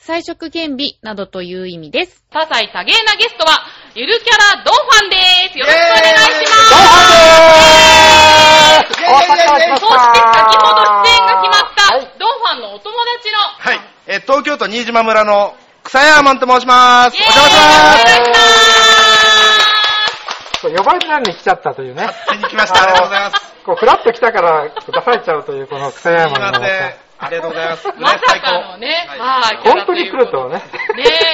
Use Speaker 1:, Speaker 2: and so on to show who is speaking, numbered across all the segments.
Speaker 1: 彩色兼備などという意味です。多彩多芸なゲストは、ゆるキャラドンファンです。よろしくお願いします。
Speaker 2: ドンハンで
Speaker 3: イ
Speaker 2: す
Speaker 3: ェーイ
Speaker 2: お待たせ
Speaker 3: イェーイ
Speaker 2: いたしまし
Speaker 1: そ
Speaker 2: た
Speaker 1: して先ほど出演が決まった、
Speaker 2: はい、
Speaker 1: ドンファンのお友達の、
Speaker 3: はい、えー東京都新島村の草山マンと申します。お
Speaker 1: イエーイ
Speaker 3: 邪魔し
Speaker 1: お願い
Speaker 3: ま。
Speaker 1: します
Speaker 2: そう呼ばれたのに来ちゃったと いうね。
Speaker 3: 勝手に来ました。ありがとうございます。
Speaker 2: こう、フラッと来たから出されちゃうという、この草
Speaker 3: す
Speaker 2: 山
Speaker 3: いま
Speaker 2: の
Speaker 3: せん。ありがとうございます。
Speaker 1: まさかのね、
Speaker 3: はい
Speaker 1: はい、
Speaker 2: 本当に来るとは ね。
Speaker 1: ね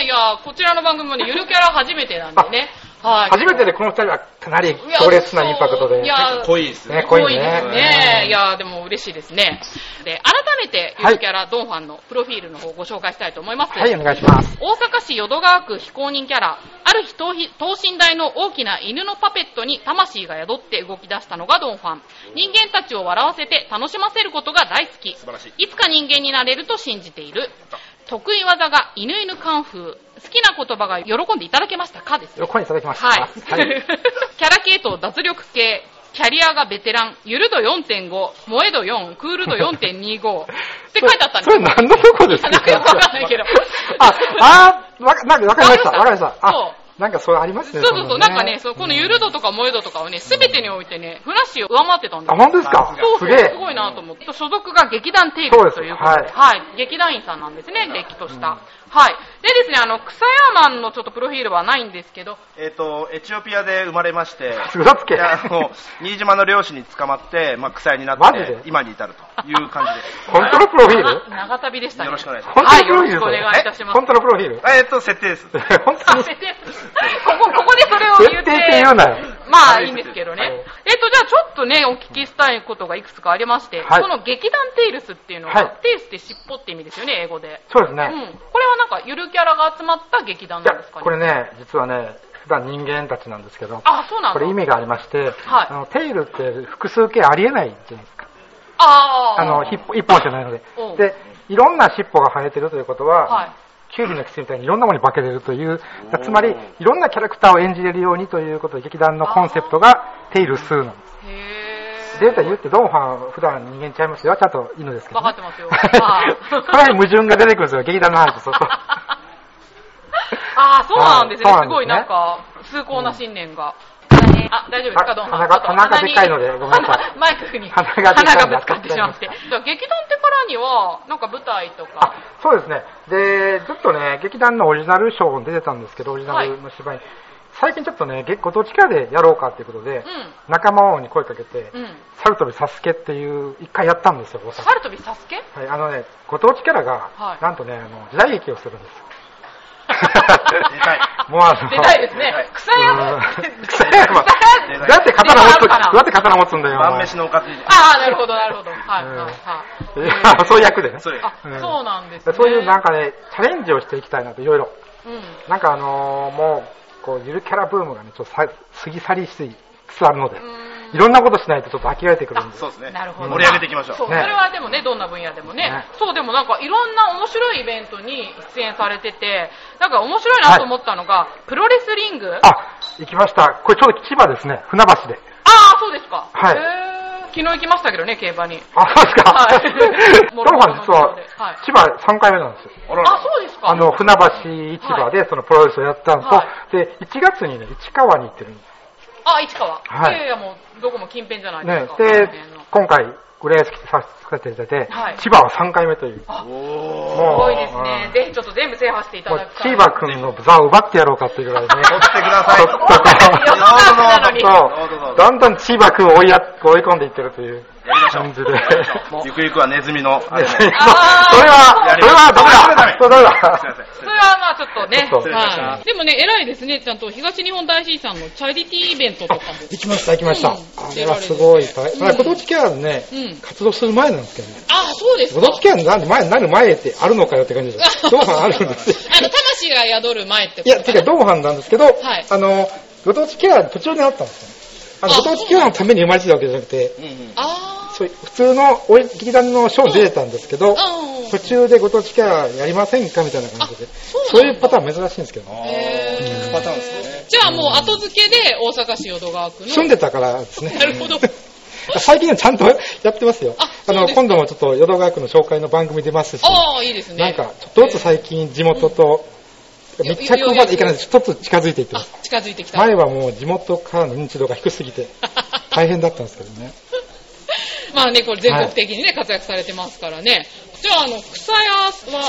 Speaker 1: え、いや、こちらの番組もね、ゆるキャラ初めてなんでね、はい。
Speaker 2: 初めてでこの二人はかなり強烈なインパクトで。
Speaker 1: いや、
Speaker 3: 濃いですね。
Speaker 2: ね
Speaker 1: 濃
Speaker 2: 濃
Speaker 1: い
Speaker 2: い
Speaker 1: で
Speaker 2: ね
Speaker 1: すね。
Speaker 2: うん
Speaker 1: いや、でも嬉しいですね。で、改めて、ゆるキャラ、ドンファンのプロフィールの方をご紹介したいと思います。
Speaker 2: はい、お願いします。
Speaker 1: 大阪市淀川区非公認キャラ、ある日等身大の大きな犬のパペットに魂が宿って動き出したのがドンファン。人間たちを笑わせて楽しませることが大好き。
Speaker 3: 素晴らしい。
Speaker 1: いつか人間になれると信じている。得意技が犬犬カンフー。好きな言葉が喜んでいただけましたかです。
Speaker 2: 横にいただきました。
Speaker 1: はい。キャラ系統脱力系。キャリアがベテラン。ゆる度4.5。萌え度4。クール度4.25。って書いてあったんです
Speaker 2: それ何のとこですか
Speaker 1: なんかよくわかんないけど
Speaker 2: あ、あー、わか、なんかわかりました。
Speaker 1: わ
Speaker 2: わか
Speaker 1: か
Speaker 2: りま
Speaker 1: りまし
Speaker 2: したた。あ、なんかそれあります
Speaker 1: そう
Speaker 2: ね。
Speaker 1: そうそう、なんかね、
Speaker 2: そ
Speaker 1: そうう
Speaker 2: いう
Speaker 1: こ
Speaker 2: の
Speaker 1: のゆる度とか萌え度とかをね、すべてにおいてね、ふなっしーを上回ってたんだ
Speaker 2: あ、本当ですか
Speaker 3: 当
Speaker 2: す
Speaker 1: そうそう、
Speaker 2: げえ
Speaker 1: す。ごいなと思って。所属が劇団帝
Speaker 2: そう
Speaker 1: 国
Speaker 2: です
Speaker 1: ということで、
Speaker 2: はい
Speaker 1: はい。劇団員さんなんですね、れっきとした。はい。でですね、あの、草山のちょっとプロフィールはないんですけど、
Speaker 3: えっ、と、エチオピアで生まれまして、
Speaker 2: 嘘つけ。
Speaker 3: であの新島の漁師に捕まって、まあ、草屋にな
Speaker 2: マ
Speaker 3: っ
Speaker 2: ジで
Speaker 3: て、今に至るという感じです。
Speaker 2: 本当のプロフィール
Speaker 1: な長旅でしたね。
Speaker 3: よろし くお願いしま
Speaker 2: 本当のプロフィール
Speaker 1: はい
Speaker 3: えっ、
Speaker 2: 本当のプロフィール
Speaker 1: よろしくお願いいたします
Speaker 3: と、設定 です。
Speaker 2: 本当
Speaker 1: あ
Speaker 2: に
Speaker 1: 設定ここ、ここでそれを言っ
Speaker 2: 設定
Speaker 1: て。
Speaker 2: って言うなよ
Speaker 1: まあ、いいんですけどね。
Speaker 2: はい
Speaker 1: えっと、じゃあちょっとね、お聞きしたいことがいくつかありまして、
Speaker 2: はい
Speaker 1: この劇団テイルスっていうのが、
Speaker 2: はい
Speaker 1: テイルスって尻尾って意味ですよね、英語で。
Speaker 2: そうですね。
Speaker 1: うん、これはなんかゆるキャラが集まった劇団
Speaker 2: いや
Speaker 1: なんですかね。
Speaker 2: これね、実はね、普段人間たちなんですけど、
Speaker 1: あ、そうなん
Speaker 2: こ
Speaker 1: だ。
Speaker 2: れ意味がありまして、
Speaker 1: はい
Speaker 2: あのテイルって複数形ありえないじゃないですか。
Speaker 1: あー
Speaker 2: あの、一本一本じゃないので
Speaker 1: おう。
Speaker 2: で、いろんな尻尾が生えてるということは、
Speaker 1: はい。
Speaker 2: キュウリのキスみたいにいろんなものに化けれるという、つまり、いろんなキャラクターを演じれるようにということで、劇団のコンセプトがテイルスなんです。
Speaker 1: へ
Speaker 2: データ
Speaker 1: ー。
Speaker 2: 言ってドンファン、普段人間ちゃいますよ。ちゃんと犬ですけど、
Speaker 1: わか
Speaker 2: ね。
Speaker 1: っ てますよはい
Speaker 2: これ矛盾が出てくるんですよ。劇団の話、そう そう。
Speaker 1: あー、そうなんですね。
Speaker 2: はい
Speaker 1: すごい
Speaker 2: そうなんですね
Speaker 1: なんか、崇高な信念が。あ、大丈夫ですか、
Speaker 2: あ
Speaker 1: ドン
Speaker 2: 鼻が鼻がでかいのでごめんなさい
Speaker 1: い。マイクに
Speaker 2: 鼻がでかい
Speaker 1: 鼻がぶつかってしまって。
Speaker 2: わか
Speaker 1: じゃあ劇団ってからには、なんか舞台と
Speaker 2: あ
Speaker 1: か。
Speaker 2: そうですね。で、ずっとね、劇団のオリジナルショーに出てたんですけど、オリジナルの芝居に、最近ちょっとね、結構どっちかでやろうかっていうことで、
Speaker 1: う
Speaker 2: 仲間王に声かけて、
Speaker 1: ん。うん。
Speaker 2: サルトビサスケっていう、一回やったんですよ、大阪。
Speaker 1: サルトビサスケ
Speaker 2: はい、あのね、ご当地キャラが、
Speaker 1: はい
Speaker 2: なんとね、あの時代劇をするんですよ。
Speaker 3: たい
Speaker 2: もうあの
Speaker 1: 出たいですね。草
Speaker 2: う
Speaker 1: 山。
Speaker 2: ん 草山
Speaker 1: 草
Speaker 3: 山
Speaker 2: だって刀持つ、
Speaker 1: 出たから
Speaker 2: だって刀持つんだよ。お前
Speaker 3: 晩飯のおかずに。
Speaker 1: ああ、なるほど、なるほど。はい、
Speaker 2: う
Speaker 1: は
Speaker 2: ん
Speaker 1: い、はい。
Speaker 2: いや そういう役でね。
Speaker 3: そうです
Speaker 1: あ、
Speaker 2: うん
Speaker 1: そうなんですね。
Speaker 2: そういうなんかね、チャレンジをしていきたいなと、いろいろ。
Speaker 1: うん。
Speaker 2: なんかあのーもう、こう、ゆるキャラブームがね、ちょっとさ過ぎ去りしつつあるので、
Speaker 1: うん
Speaker 2: いろんなことしないとちょっと飽きられてくるんで。
Speaker 3: そうですね。
Speaker 1: なるほど。
Speaker 3: 盛り上げていきましょう。
Speaker 1: そう、
Speaker 2: ね
Speaker 1: それはでもね、どんな分野でもね。
Speaker 2: ね
Speaker 1: そう、でもなんかいろんな面白いイベントに出演されてて、なんか面白いなと思ったのが、プロレスリングあ
Speaker 2: あ、行きました。これちょうど千葉ですね、船橋で。
Speaker 1: あー、そうですか。
Speaker 2: はい
Speaker 1: へー昨日行きましたけどね、競馬に。
Speaker 2: あ、そうですか。
Speaker 1: は い
Speaker 2: トロファン実は
Speaker 1: はい、
Speaker 2: 千葉3回目なんですよ。
Speaker 3: あらら
Speaker 1: あ、そうですか。
Speaker 2: あの、船橋市場でそのプロレスをやったのと、
Speaker 1: は
Speaker 2: で、1月にね、市川に行ってるんで
Speaker 1: あ、市川。
Speaker 2: はい
Speaker 1: いやいや、もう、どこも近辺じゃない
Speaker 2: す
Speaker 1: です
Speaker 2: ね
Speaker 1: か。。
Speaker 2: で
Speaker 1: この辺の、
Speaker 2: 今回、グレース来てさせていただいて、
Speaker 1: はい
Speaker 2: 千葉は3回目という。
Speaker 1: す
Speaker 3: お
Speaker 2: も
Speaker 3: ー。
Speaker 1: ごいですね
Speaker 2: う。ん
Speaker 1: ぜひちょっと全部制覇していた
Speaker 2: もう
Speaker 1: だく、
Speaker 2: チーバくんの座を奪ってやろうかっていうぐらいね。
Speaker 3: 取ってください。
Speaker 2: 取ってください
Speaker 1: 世の中なのに
Speaker 2: そ。
Speaker 3: そうう
Speaker 2: だんだんチーバくんを追いや追い込んでいってるという
Speaker 3: やりましょう
Speaker 2: 感じで。
Speaker 3: ゆくゆくはネズミの、あれね
Speaker 2: それ
Speaker 1: あー
Speaker 2: は、それはダメだ
Speaker 3: やりまし
Speaker 2: そ
Speaker 3: ょう
Speaker 2: れは
Speaker 3: すい
Speaker 2: ダ
Speaker 3: ません
Speaker 1: それはまあちょっとね。
Speaker 2: ちょっと
Speaker 1: はい。でもね、偉いですね。ちゃんと東日本大震災のチャリティーイベントとかも。
Speaker 2: 行きました、行きました。
Speaker 1: うん
Speaker 2: あれはすごい。
Speaker 1: うん
Speaker 2: まあ、ご当地キャラのね
Speaker 1: うん、
Speaker 2: 活動する前なんですけどね。
Speaker 1: あ、そうです
Speaker 2: ご
Speaker 1: か。
Speaker 2: 当地キャラなんて前、なる前ってあるのかよって感じ です。同伴あるんですよ。
Speaker 1: あの、魂が宿る前って
Speaker 2: いや、てか同伴なんですけど、
Speaker 1: はい
Speaker 2: あの、ご当地キャラ途中にあったんですよ。あの、
Speaker 1: あ
Speaker 2: ご当地球のために生まれてたわけじゃなくて、
Speaker 3: うんうん
Speaker 1: あ
Speaker 2: そういう普通のお劇団のショーに出てたんですけど、
Speaker 1: ー。うん。
Speaker 2: 途中でご当地キャラやりませんかみたいな感じで、
Speaker 1: そ
Speaker 2: そうう
Speaker 1: ないん
Speaker 2: う
Speaker 1: だ
Speaker 2: パターン珍しいんですけど、
Speaker 3: あー
Speaker 1: へー
Speaker 3: 聞くパターンですね。
Speaker 1: じゃあもう後付けで大阪市淀川区の。
Speaker 2: 住んでたからですね。
Speaker 1: なるほど。
Speaker 2: 最近はちゃんとやってますよ。
Speaker 1: あそう
Speaker 2: の、
Speaker 1: ですか
Speaker 2: 今度もちょっと淀川区の紹介の番組出ますし、
Speaker 1: ああ、いいですね。
Speaker 2: なんか、ちょっとずつ最近地元と、
Speaker 1: うん
Speaker 2: 密着までいかないです。ちょっとずつ近づいていってま
Speaker 1: あ
Speaker 2: す。、
Speaker 1: 近づいてきた。
Speaker 2: 前はもう地元からの認知度が低すぎて、大変だったんですけどね。
Speaker 1: まあね、これ全国的にね、活躍されてますからね。じゃあ、あの、草屋は、草
Speaker 3: 草屋マン
Speaker 1: マ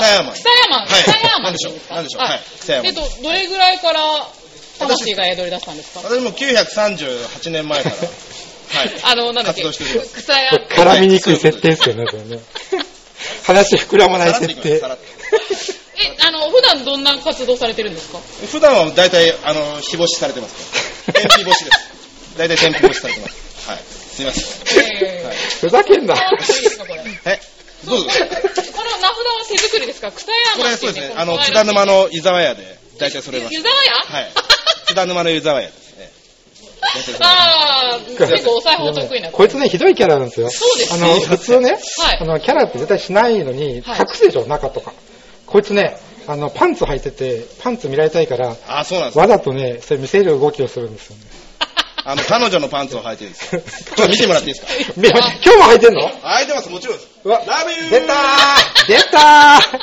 Speaker 3: は
Speaker 1: ン
Speaker 3: い
Speaker 1: 草屋マン
Speaker 3: なんでしょうなんでしょうはい草
Speaker 1: え
Speaker 3: 屋
Speaker 1: っ
Speaker 3: マン
Speaker 1: と、どれぐらいから、魂が宿り出したんですか
Speaker 3: 私も938年前から、はい。
Speaker 1: あの、なんだっけ、
Speaker 3: 活動してる
Speaker 1: 草屋、
Speaker 2: 絡みにくい設定ですよね、これ ね。話膨らまない設定。
Speaker 3: さらっと
Speaker 1: え、あの、普段どんな活動されてるんですか
Speaker 3: 普段は大体、あの、日干しされてます。天日干しです。大体天日干しされてます。はい。すいま せ
Speaker 1: え
Speaker 3: ん。
Speaker 1: ー
Speaker 3: はい。
Speaker 2: ふざけんな。
Speaker 1: あいいですかこれ
Speaker 3: え、どうぞ。
Speaker 1: この名札は手作りですか草屋
Speaker 3: こ
Speaker 1: マン
Speaker 3: れ
Speaker 1: っ
Speaker 3: そ
Speaker 1: ていうう、ね。
Speaker 3: ですね、
Speaker 1: こ
Speaker 3: あの、津
Speaker 1: 可愛
Speaker 3: 田
Speaker 1: らしい
Speaker 3: 沼の湯沢屋で、大体それます。
Speaker 1: 湯沢屋
Speaker 3: はい。津田沼の湯沢屋ですね。大体それます
Speaker 1: あー、結構お裁縫得意な
Speaker 2: こいつね、ひどいキャラなんですよ。
Speaker 1: そうです
Speaker 2: あ
Speaker 1: ね
Speaker 2: の、普通ね、
Speaker 1: はい
Speaker 2: あの、キャラって絶対しないのに、隠
Speaker 1: はい
Speaker 2: すでしょ、中とか。こいつね、あの、パンツ履いてて、パンツ見られたいから、
Speaker 3: あ、そうなんです。
Speaker 2: わざとね、それ見せる動きをするんですよね。
Speaker 3: あの、彼女のパンツを履いてるんですよ。ちょっと見てもらっていいですか
Speaker 2: め 今日も履いてんの
Speaker 3: 履いてます、もちろんです。
Speaker 2: うわ
Speaker 3: ラブユー
Speaker 2: 出たー出た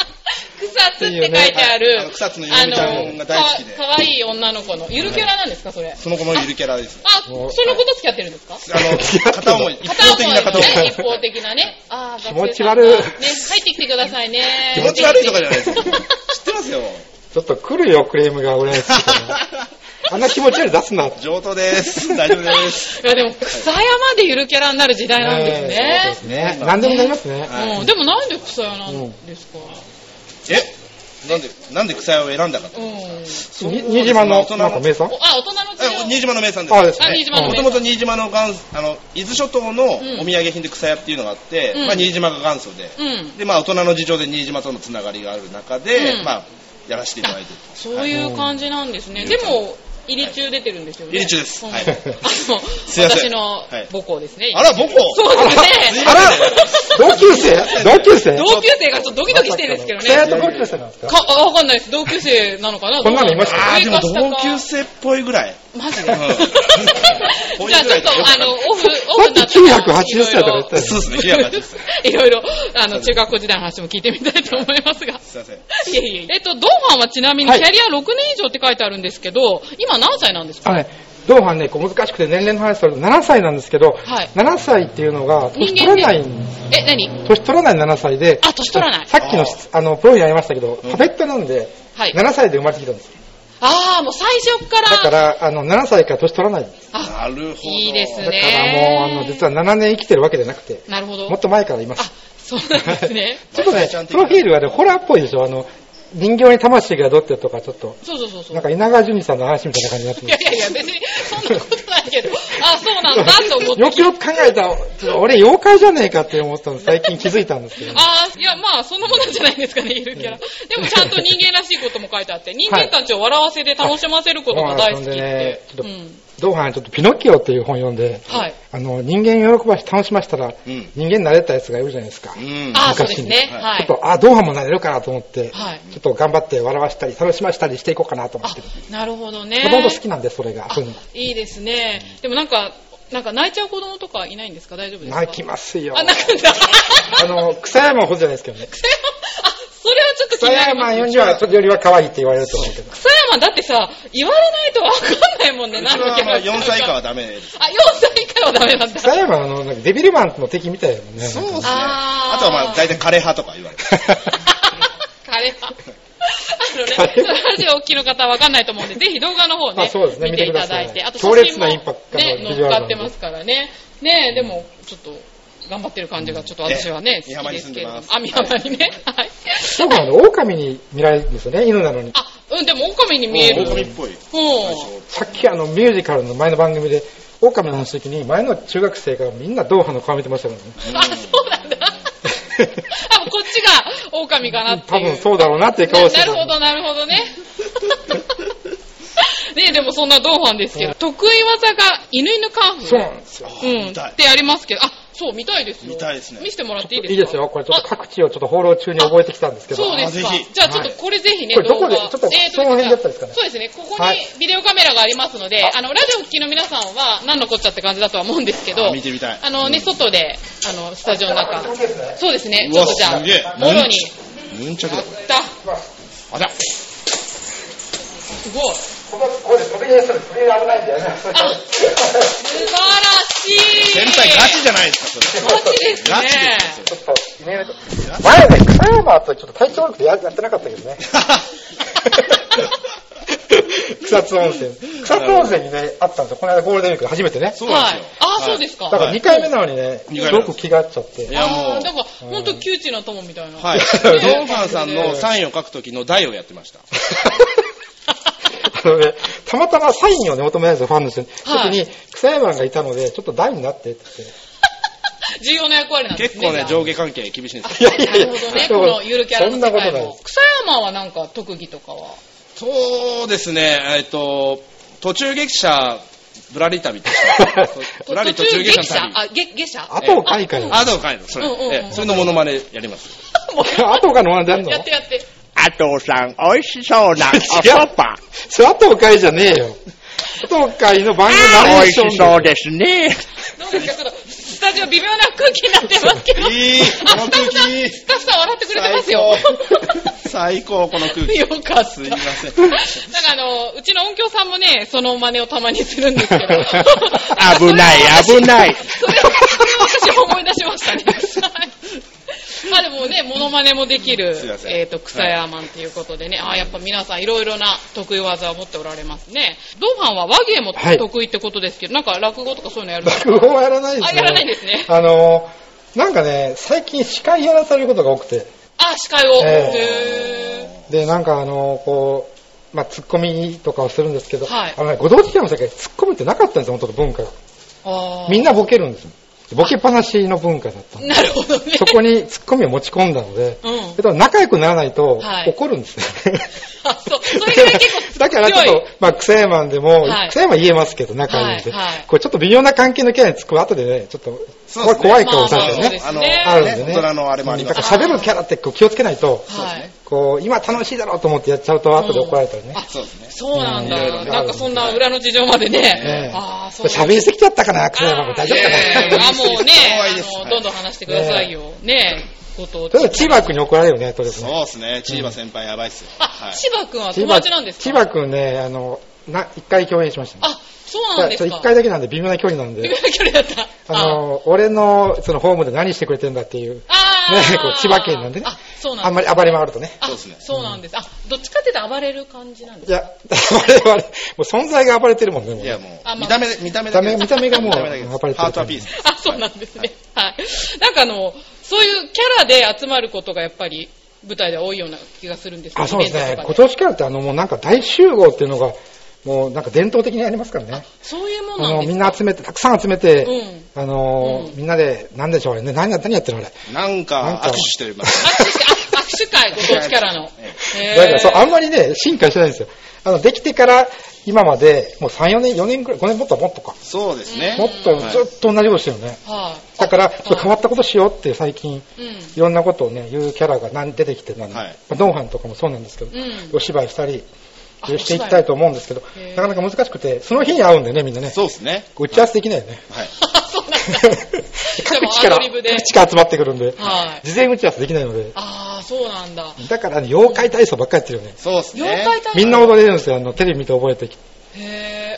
Speaker 1: 草津って書いてある、
Speaker 3: はいあの草津のゆるみちゃんが大好きで
Speaker 1: あのかかわいい女の子の、ゆるキャラなんですか、それ。あ、
Speaker 3: その子もゆるキャラです。
Speaker 1: そのこと付き合ってるんですか
Speaker 3: あの、片 思い、一方的な片思い。
Speaker 1: 一方的なね。 あー
Speaker 2: 気持ち悪い
Speaker 1: 学生さんがね、入ってきてくださいね。
Speaker 3: 気持ち悪いとかじゃ ないですよ。知ってます よ。
Speaker 2: ーちょっと来るよ、クレームが俺らについてね あんな気持ち悪い出すな。
Speaker 3: 上等です。大丈夫です。
Speaker 1: いや、でも、草山でゆるキャラになる時代なんです
Speaker 2: そう
Speaker 1: ね
Speaker 2: です。ね。何でもなりますね。
Speaker 3: はい
Speaker 1: うん、でもなんで草屋なんですか、
Speaker 3: えなんで、なんで草屋を選んだかと。
Speaker 1: うん、
Speaker 2: に新島の、なんか名産
Speaker 1: おあ、大人の
Speaker 3: え
Speaker 1: 強
Speaker 3: 新島の名産で。
Speaker 2: あですすね
Speaker 1: あ新島の
Speaker 3: も
Speaker 2: う
Speaker 1: 名
Speaker 2: ん
Speaker 3: と
Speaker 1: 産
Speaker 3: もと新島の元祖あの、伊豆諸島のお
Speaker 1: ん
Speaker 3: 土産品で草屋っていうのがあって、
Speaker 1: うん
Speaker 3: まあ新島が元祖で、
Speaker 1: うん。
Speaker 3: で、まあ大人の事情で新島とのつながりがある中で、
Speaker 1: うん
Speaker 3: まあ、やらせていただいてる。
Speaker 1: そういう感じなんですね。
Speaker 3: はい
Speaker 1: でも、入り中出てるんですよね。
Speaker 3: 入り中です
Speaker 1: うん
Speaker 3: はい
Speaker 1: あの、
Speaker 3: すいませ
Speaker 1: 私
Speaker 3: ん
Speaker 1: の
Speaker 3: はい
Speaker 1: 母校ですね。
Speaker 3: あら、母校
Speaker 1: そうです
Speaker 3: す
Speaker 1: ね
Speaker 3: い。ま
Speaker 2: あら同級生同級生
Speaker 1: 同級生がちょっとドキドキしてるんですけど
Speaker 2: 草屋
Speaker 1: ね。
Speaker 2: と同級生なんですか
Speaker 1: か、あわかんないです。同級生なのかな
Speaker 2: こんなのいました
Speaker 3: ああ、でも
Speaker 1: 上か下
Speaker 3: 同
Speaker 1: か
Speaker 3: 級生っぽいぐらい。
Speaker 1: マジで。じ
Speaker 3: う
Speaker 1: ゃ
Speaker 3: ん
Speaker 1: あちょっと、あの、オフ、オフになった
Speaker 2: だ
Speaker 1: ら
Speaker 2: って980歳とか言ってた
Speaker 3: そうですね、ひやがです。す
Speaker 1: いろいろ、あの、中学校時代の話も聞いてみたいと思いますが。
Speaker 3: いません。
Speaker 1: いえいえ。えっと、ドンファンはちなみにキ
Speaker 2: はい
Speaker 1: ャリア6年以上って書いてあるんですけど、今何歳なんですか
Speaker 2: あのね、ドーハンね、こう難しくて年齢の話すると7歳なんですけど、
Speaker 1: はい
Speaker 2: 7歳っていうのが、年取らないんです
Speaker 1: え、何
Speaker 2: 年取らない7歳で、
Speaker 1: あ年取らない
Speaker 2: さっきのしあのプロにありましたけど、
Speaker 3: うん
Speaker 2: 食べっぺなんで、
Speaker 1: はい。
Speaker 2: 7歳で生まれてきたんです。
Speaker 1: ああ、もう最初から。
Speaker 2: だから、あの、7歳から年取らないんです。
Speaker 1: あ、
Speaker 3: なるほど。
Speaker 1: いいです
Speaker 2: だか
Speaker 1: ね
Speaker 2: らもう、あの、実は7年生きてるわけじゃなくて、
Speaker 1: なるほど。
Speaker 2: もっと前からいま
Speaker 1: あ
Speaker 2: す。、
Speaker 1: そうなんですね。
Speaker 2: ちょっとね
Speaker 3: ちゃん、と
Speaker 2: プロフィールはね、ホラーっぽいでしょ。あの、人形に魂が宿ってるとか、ちょっと、
Speaker 1: そうそうそうそう
Speaker 2: なん。か稲川淳二さんの話みたいな感じになって
Speaker 1: い
Speaker 2: ます
Speaker 1: やいやいや、別にそんなことないけど、あ、そうなんだと思って。
Speaker 2: よくよく考えたら、ちょっと俺妖怪じゃねえかって思ったの最近気づいたんですけど、
Speaker 1: ああ、いや、まあ、そのものじゃないですかね、いるキャラ。でも、ちゃんと人間らしいことも書いて あって、人間たちを笑わせて楽しませることが大好きっ
Speaker 2: はい
Speaker 1: て。
Speaker 2: そう
Speaker 1: う
Speaker 2: なん
Speaker 1: ん。
Speaker 2: ドーハンちょっとピノッキオっていう本読んで、
Speaker 1: はい。
Speaker 2: あの、人間喜ばして楽しましたら、
Speaker 3: うん
Speaker 2: 人間になれたやつがいるじゃないですか。
Speaker 3: う
Speaker 2: ち
Speaker 3: ん。
Speaker 1: ああ、そ
Speaker 2: 昔
Speaker 1: うです
Speaker 2: に
Speaker 1: ね。
Speaker 3: はい
Speaker 1: は
Speaker 2: ょっ
Speaker 1: い。
Speaker 2: と、あ、ドーハンもなれるかなと思って、
Speaker 1: はい。
Speaker 2: ちょっと頑張って笑わしたり、楽しましたりしていこうかなと思
Speaker 1: あ
Speaker 2: ってる。、
Speaker 1: なるほど
Speaker 2: ほとん
Speaker 1: ね
Speaker 2: ど。好きなんで、それが。
Speaker 1: あ
Speaker 2: そういうの
Speaker 1: いいですね。でもなんか、なんか泣いちゃう子供とかいないんですか大丈夫ですか
Speaker 2: 泣きますよ。
Speaker 1: あ、泣く んだ。
Speaker 2: あの、草山ほどじゃないですけどね。
Speaker 1: それは、あ、それはちょっと気
Speaker 2: 草
Speaker 1: になり
Speaker 2: 山
Speaker 1: ます。
Speaker 2: よりは、それよりは可愛いって言われると思うけど。
Speaker 1: 草山だってさ、言われないとわかんないもんね、
Speaker 3: うち
Speaker 1: の
Speaker 3: は
Speaker 1: キャラ
Speaker 3: あの4歳以下はダメです。
Speaker 1: あ、4歳以下はダメなんだ。
Speaker 2: 草山あの、なんかデビルマンの敵みたいだもんね。
Speaker 3: そうですね。
Speaker 1: あー
Speaker 3: あとはまあ大体枯葉とか言われる。
Speaker 1: カレーパン。あのね、
Speaker 2: カレーパン
Speaker 1: ラジオをお聞きの方わかんないと思うんで、ぜひ動画の方ね、
Speaker 2: あそうですね
Speaker 1: 見ていただいて、
Speaker 2: 見てください
Speaker 1: あと写真
Speaker 2: 強烈
Speaker 1: も
Speaker 2: なインパクトの
Speaker 1: ね、
Speaker 2: ビジュア
Speaker 1: 乗っ
Speaker 2: ルな
Speaker 1: か
Speaker 2: んで
Speaker 1: ってますからね。ねえ、でも、ちょっと、頑張ってる感じが、ちょっと私はね、
Speaker 3: ええ
Speaker 1: 好きですけれども。あ、
Speaker 3: 美
Speaker 1: 美
Speaker 3: 浜
Speaker 1: 浜にね。はい。
Speaker 2: そうか、あの、狼に見られるんですよね、犬なのに。
Speaker 1: あ、うん、でも、狼に見える。うん。
Speaker 3: 狼っぽい。
Speaker 2: さっきあの、ミュージカルの前の番組で、狼の話の時に、前の中学生がみんなドーハの顔見てましたからね。
Speaker 1: あ、そうなん だ。あ、こっちが狼かなっていう。
Speaker 2: 多分そうだろうなっていう顔して
Speaker 1: な
Speaker 2: た
Speaker 1: なるほど、なるほどね。ねでもそんな同ファンですけ
Speaker 2: う
Speaker 1: ど、
Speaker 2: ん
Speaker 1: 得意技が犬犬カンフ
Speaker 2: そう
Speaker 1: ー
Speaker 2: なんですよ。
Speaker 1: うん、
Speaker 3: 見たい
Speaker 1: ってありますけど、あ、そう、見たいですよ。
Speaker 3: 見たいですね
Speaker 1: 見せてもらっていいですか
Speaker 2: いいですよ。これちょっと各地をちょっと放浪中に覚えてきたんですけど。
Speaker 1: そうですか
Speaker 3: あぜひ。
Speaker 1: じゃあちょっとこれぜひね、
Speaker 2: はいこれどこで
Speaker 1: 動画
Speaker 2: ちょっと
Speaker 1: えー
Speaker 2: その辺でやったらいいですかね
Speaker 1: そうですね、ここ
Speaker 2: はい
Speaker 1: にビデオカメラがありますので、あの、ラジオ聴きの皆さんは何のこっちゃって感じだとは思うんですけど、
Speaker 3: あ見てみたい
Speaker 1: あのね、外で、あの、スタジオの中、そうですね、
Speaker 3: う
Speaker 1: ちょっ
Speaker 3: わ、
Speaker 1: とじゃあ、
Speaker 3: すげえ。
Speaker 1: もろに、
Speaker 3: ヌンチャクだ、これ。
Speaker 1: だ、
Speaker 3: あら。
Speaker 1: すごい。
Speaker 2: ここ、これ、飛び出す飛び出危ないんだよね。
Speaker 1: あ、素晴らしい。
Speaker 3: 天才ガチじゃないですか、それ。
Speaker 1: ガチですね
Speaker 3: ガチですよ、そ
Speaker 2: ちょっと、イメージ前ね、クライマーとちょっと体調悪くてややってなかったけどね。草 津温泉。草津温泉にね、あったんですよ。この間ゴールデンウィーク初めてね。
Speaker 3: そうなんですよ。
Speaker 1: はいあ
Speaker 3: はい
Speaker 1: そうですか
Speaker 2: だから2回目なのにね、
Speaker 3: 二
Speaker 2: す
Speaker 3: 回目
Speaker 2: ごく気が合っちゃって。
Speaker 3: いやも
Speaker 1: あ
Speaker 3: う
Speaker 1: ーなんか、ほんと、窮地の友みたいな。
Speaker 3: はい。ドンファンさんのサインを書くときの台をやってました。
Speaker 2: あのね、たまたまサインをね、求められたファンの人に、
Speaker 1: はい
Speaker 2: 時に、草山がいたので、ちょっと台になってって言って。
Speaker 1: 重要な役割なんです
Speaker 3: 結
Speaker 1: ね。
Speaker 3: 構ね、
Speaker 1: じゃあ
Speaker 3: 上下関係厳しいんですよ。
Speaker 2: いやいやいや
Speaker 1: なるほど ね、このゆるキャラの
Speaker 2: そん
Speaker 1: 世
Speaker 2: なこと
Speaker 1: 界
Speaker 2: ない
Speaker 1: も。草山はなんか特技とかは
Speaker 3: そうですね、えっと、途中下車、ぶらり旅って した。ぶらり途中下
Speaker 1: 途
Speaker 3: 車
Speaker 1: 中
Speaker 3: の
Speaker 1: あ、げ下車
Speaker 2: あとを書いかよ。
Speaker 3: 旅。あとを書いの、それ。
Speaker 1: うんうんうん
Speaker 3: ええそれのモノマネやります。
Speaker 2: あとが飲んでんの
Speaker 1: やってやって。
Speaker 4: 阿斗さん、美味しそうなお
Speaker 2: 違う
Speaker 4: そば。
Speaker 2: それ、あとを書いじゃねえよ。あとを書いの番組ナレー
Speaker 4: 美
Speaker 2: ショ
Speaker 4: 味
Speaker 2: ン
Speaker 4: しそうですね。
Speaker 1: どうですかちょっと、スタジオ微妙な空気になってますけど。
Speaker 3: いいこの空気
Speaker 1: あスタッフさんスタッフさん笑ってくれてますよ。
Speaker 3: 最高、この空気。
Speaker 1: よかった。
Speaker 3: すいません
Speaker 1: なんかあの、うちの音響さんもね、その真似をたまにするんです けど。
Speaker 4: 危ない、危ない。
Speaker 1: それを、それを私思い出しましたね。 はいまあでもね、モノマネもできる
Speaker 3: すいま、せん
Speaker 1: えっ、と、草屋マンということでね、ああ、やっぱ皆さんいろいろな得意技を持っておられますね。ドーファンは和芸も
Speaker 2: はい
Speaker 1: 得意ってことですけど、なんか落語とかそういうのやるんですか
Speaker 2: 落語はやらないですね。
Speaker 1: あやらないんですね
Speaker 2: あの、なんかね、最近司会やらされることが多くて。
Speaker 1: あ、司会を。
Speaker 2: え
Speaker 1: へ
Speaker 2: で、なんかあの、こう、まあ、ツッコミとかをするんですけど、
Speaker 1: はい
Speaker 2: あのね、ご当地期間の世界、ツッコミってなかったんですよ、本当の文化が。
Speaker 1: ーあー
Speaker 2: みんなボケるんですよ。ボケっぱなしの文化だ ったんで
Speaker 1: なるほどね。
Speaker 2: そこにツッコミを持ち込んだので、
Speaker 1: うん。
Speaker 2: だから仲良くならないと
Speaker 1: はい
Speaker 2: 怒るんですね。
Speaker 1: あ、そう。それぐらい結構
Speaker 2: だからちょっ
Speaker 1: 強い
Speaker 2: と、まあ、クセーマンでも、
Speaker 1: はい
Speaker 2: クセーマン言えますけど、仲いいんで、
Speaker 1: はいはい
Speaker 2: これちょっと微妙な関係のキャラにつく後でね、ちょっと、
Speaker 3: そうですね
Speaker 2: 怖い顔されて
Speaker 1: まあまあそう
Speaker 2: ね
Speaker 1: で、す
Speaker 3: あの、
Speaker 1: ね
Speaker 2: あるんでね。
Speaker 3: 大人のあれもあります
Speaker 2: だから喋るキャラってこう気をつけないと、
Speaker 1: はい。
Speaker 2: こう、今楽しいだろうと思ってやっちゃうと、後で怒られたりね。
Speaker 1: あ、
Speaker 3: そうですね。
Speaker 1: そうなん
Speaker 2: うんいろい
Speaker 1: だ。
Speaker 2: ろね
Speaker 1: なんかそんな裏の事情まで
Speaker 2: え
Speaker 1: ね
Speaker 2: え。
Speaker 1: ああ、そうなんだ
Speaker 2: 喋りすぎちゃったかな、クセーマン大丈夫か
Speaker 1: ええ
Speaker 2: な。
Speaker 1: あ、もうね
Speaker 3: 可愛いで、す
Speaker 1: あ
Speaker 3: は
Speaker 1: の、
Speaker 3: い
Speaker 1: どんどん話してくださいよ。ねえ、ご当
Speaker 2: とりあえ
Speaker 1: 地。
Speaker 2: ず、千葉君に怒られるね、とりあえず
Speaker 3: そう
Speaker 2: ね。
Speaker 3: ですね、千葉先輩やばいっすよ。は
Speaker 1: あ、
Speaker 3: い。
Speaker 1: 千葉くんは
Speaker 2: 千
Speaker 1: 友
Speaker 2: 葉
Speaker 1: 達なんですか
Speaker 2: 千葉君ね、あの、な、一回共演しましたね。
Speaker 1: あ、そうなんです
Speaker 2: ちょ
Speaker 1: か
Speaker 2: っと一回だけなんで微妙な距離なん
Speaker 1: 微
Speaker 2: で
Speaker 1: 妙。な距離だった。
Speaker 2: あの、俺の、その、ホームで何してくれてんだっていう。
Speaker 1: あ
Speaker 2: ね
Speaker 1: ー、
Speaker 2: こう千葉県なんでね
Speaker 1: あ、そう
Speaker 2: あ
Speaker 1: なんん
Speaker 2: ま
Speaker 1: です。
Speaker 2: り暴れ回るとね。
Speaker 1: あ
Speaker 3: そうですね
Speaker 1: そうなんです。あ、どっちかっていうと暴れる感じなんです
Speaker 2: い
Speaker 1: か
Speaker 2: や、 我々、もう存在が暴れてるもんね、もう
Speaker 3: い
Speaker 2: ね
Speaker 3: や、も
Speaker 1: あ
Speaker 3: う、
Speaker 1: まあ
Speaker 3: 見た目で、見た目だけです
Speaker 2: 見た目見た目が
Speaker 3: 見た
Speaker 2: もう
Speaker 3: 目だけです
Speaker 2: 暴れてる
Speaker 3: ハートはピースです。
Speaker 1: あ、そうなんですね。はい。なんかあの、そういうキャラで集まることがやっぱり舞台では多いような気がするんですけど
Speaker 2: あ、そうです
Speaker 1: イベン
Speaker 2: ね。今
Speaker 1: トとかで
Speaker 2: 年からって、あの、もうなんか大集合っていうのが、もうなんか伝統的にありますからね。
Speaker 1: そういうも
Speaker 2: あ
Speaker 1: んなん
Speaker 2: の、
Speaker 1: ですか
Speaker 2: みんな集めて、たくさん集めて、
Speaker 1: う
Speaker 2: あのー、
Speaker 1: うん
Speaker 2: みんなで、なんでしょうあれね、何や何やってるのあれ。
Speaker 3: なん
Speaker 2: なん
Speaker 3: か
Speaker 2: か
Speaker 3: 握手してます。
Speaker 1: 握手して、あ握手会、ご当地キャ ラの。へー
Speaker 2: だからそう、あんまりね、進化してないんですよ。あの、できてから、今まで、もう3、4年、4年くらい、5年もっともっとか。
Speaker 3: そうですね。
Speaker 2: もっと
Speaker 3: はい
Speaker 2: ずっと同じことしてるよね。
Speaker 1: は
Speaker 2: だから、ちょっと変わったことしようって最近、
Speaker 1: い。うん。
Speaker 2: いろんなことをね、言うキャラがなん出てきてるので、
Speaker 3: はい
Speaker 2: まあ、ノンハンとかもそうなんですけど、
Speaker 1: うん
Speaker 2: お芝居したり
Speaker 1: あ
Speaker 2: していきたいと思うんですけど
Speaker 1: 芝居へ、ー
Speaker 2: なかなか難しくて、その日に会うんでね、みんなね。
Speaker 3: そうですね。
Speaker 2: 打ち合わせでき ないよね。
Speaker 3: はい。
Speaker 1: そうなんだ。
Speaker 2: 各地から、
Speaker 1: でもアドリブ
Speaker 2: 各
Speaker 1: で
Speaker 2: 地から集まってくるんで、
Speaker 1: はい。
Speaker 2: 事前打ち合わせできないので、
Speaker 1: ああ、そうなんだ。
Speaker 2: だから、ね、妖怪体操ばっかりやってるよね。
Speaker 3: そうですね。
Speaker 1: 妖怪体操
Speaker 2: みんな踊れるんですよ、あの、テレビ見て覚えてきて。
Speaker 1: へ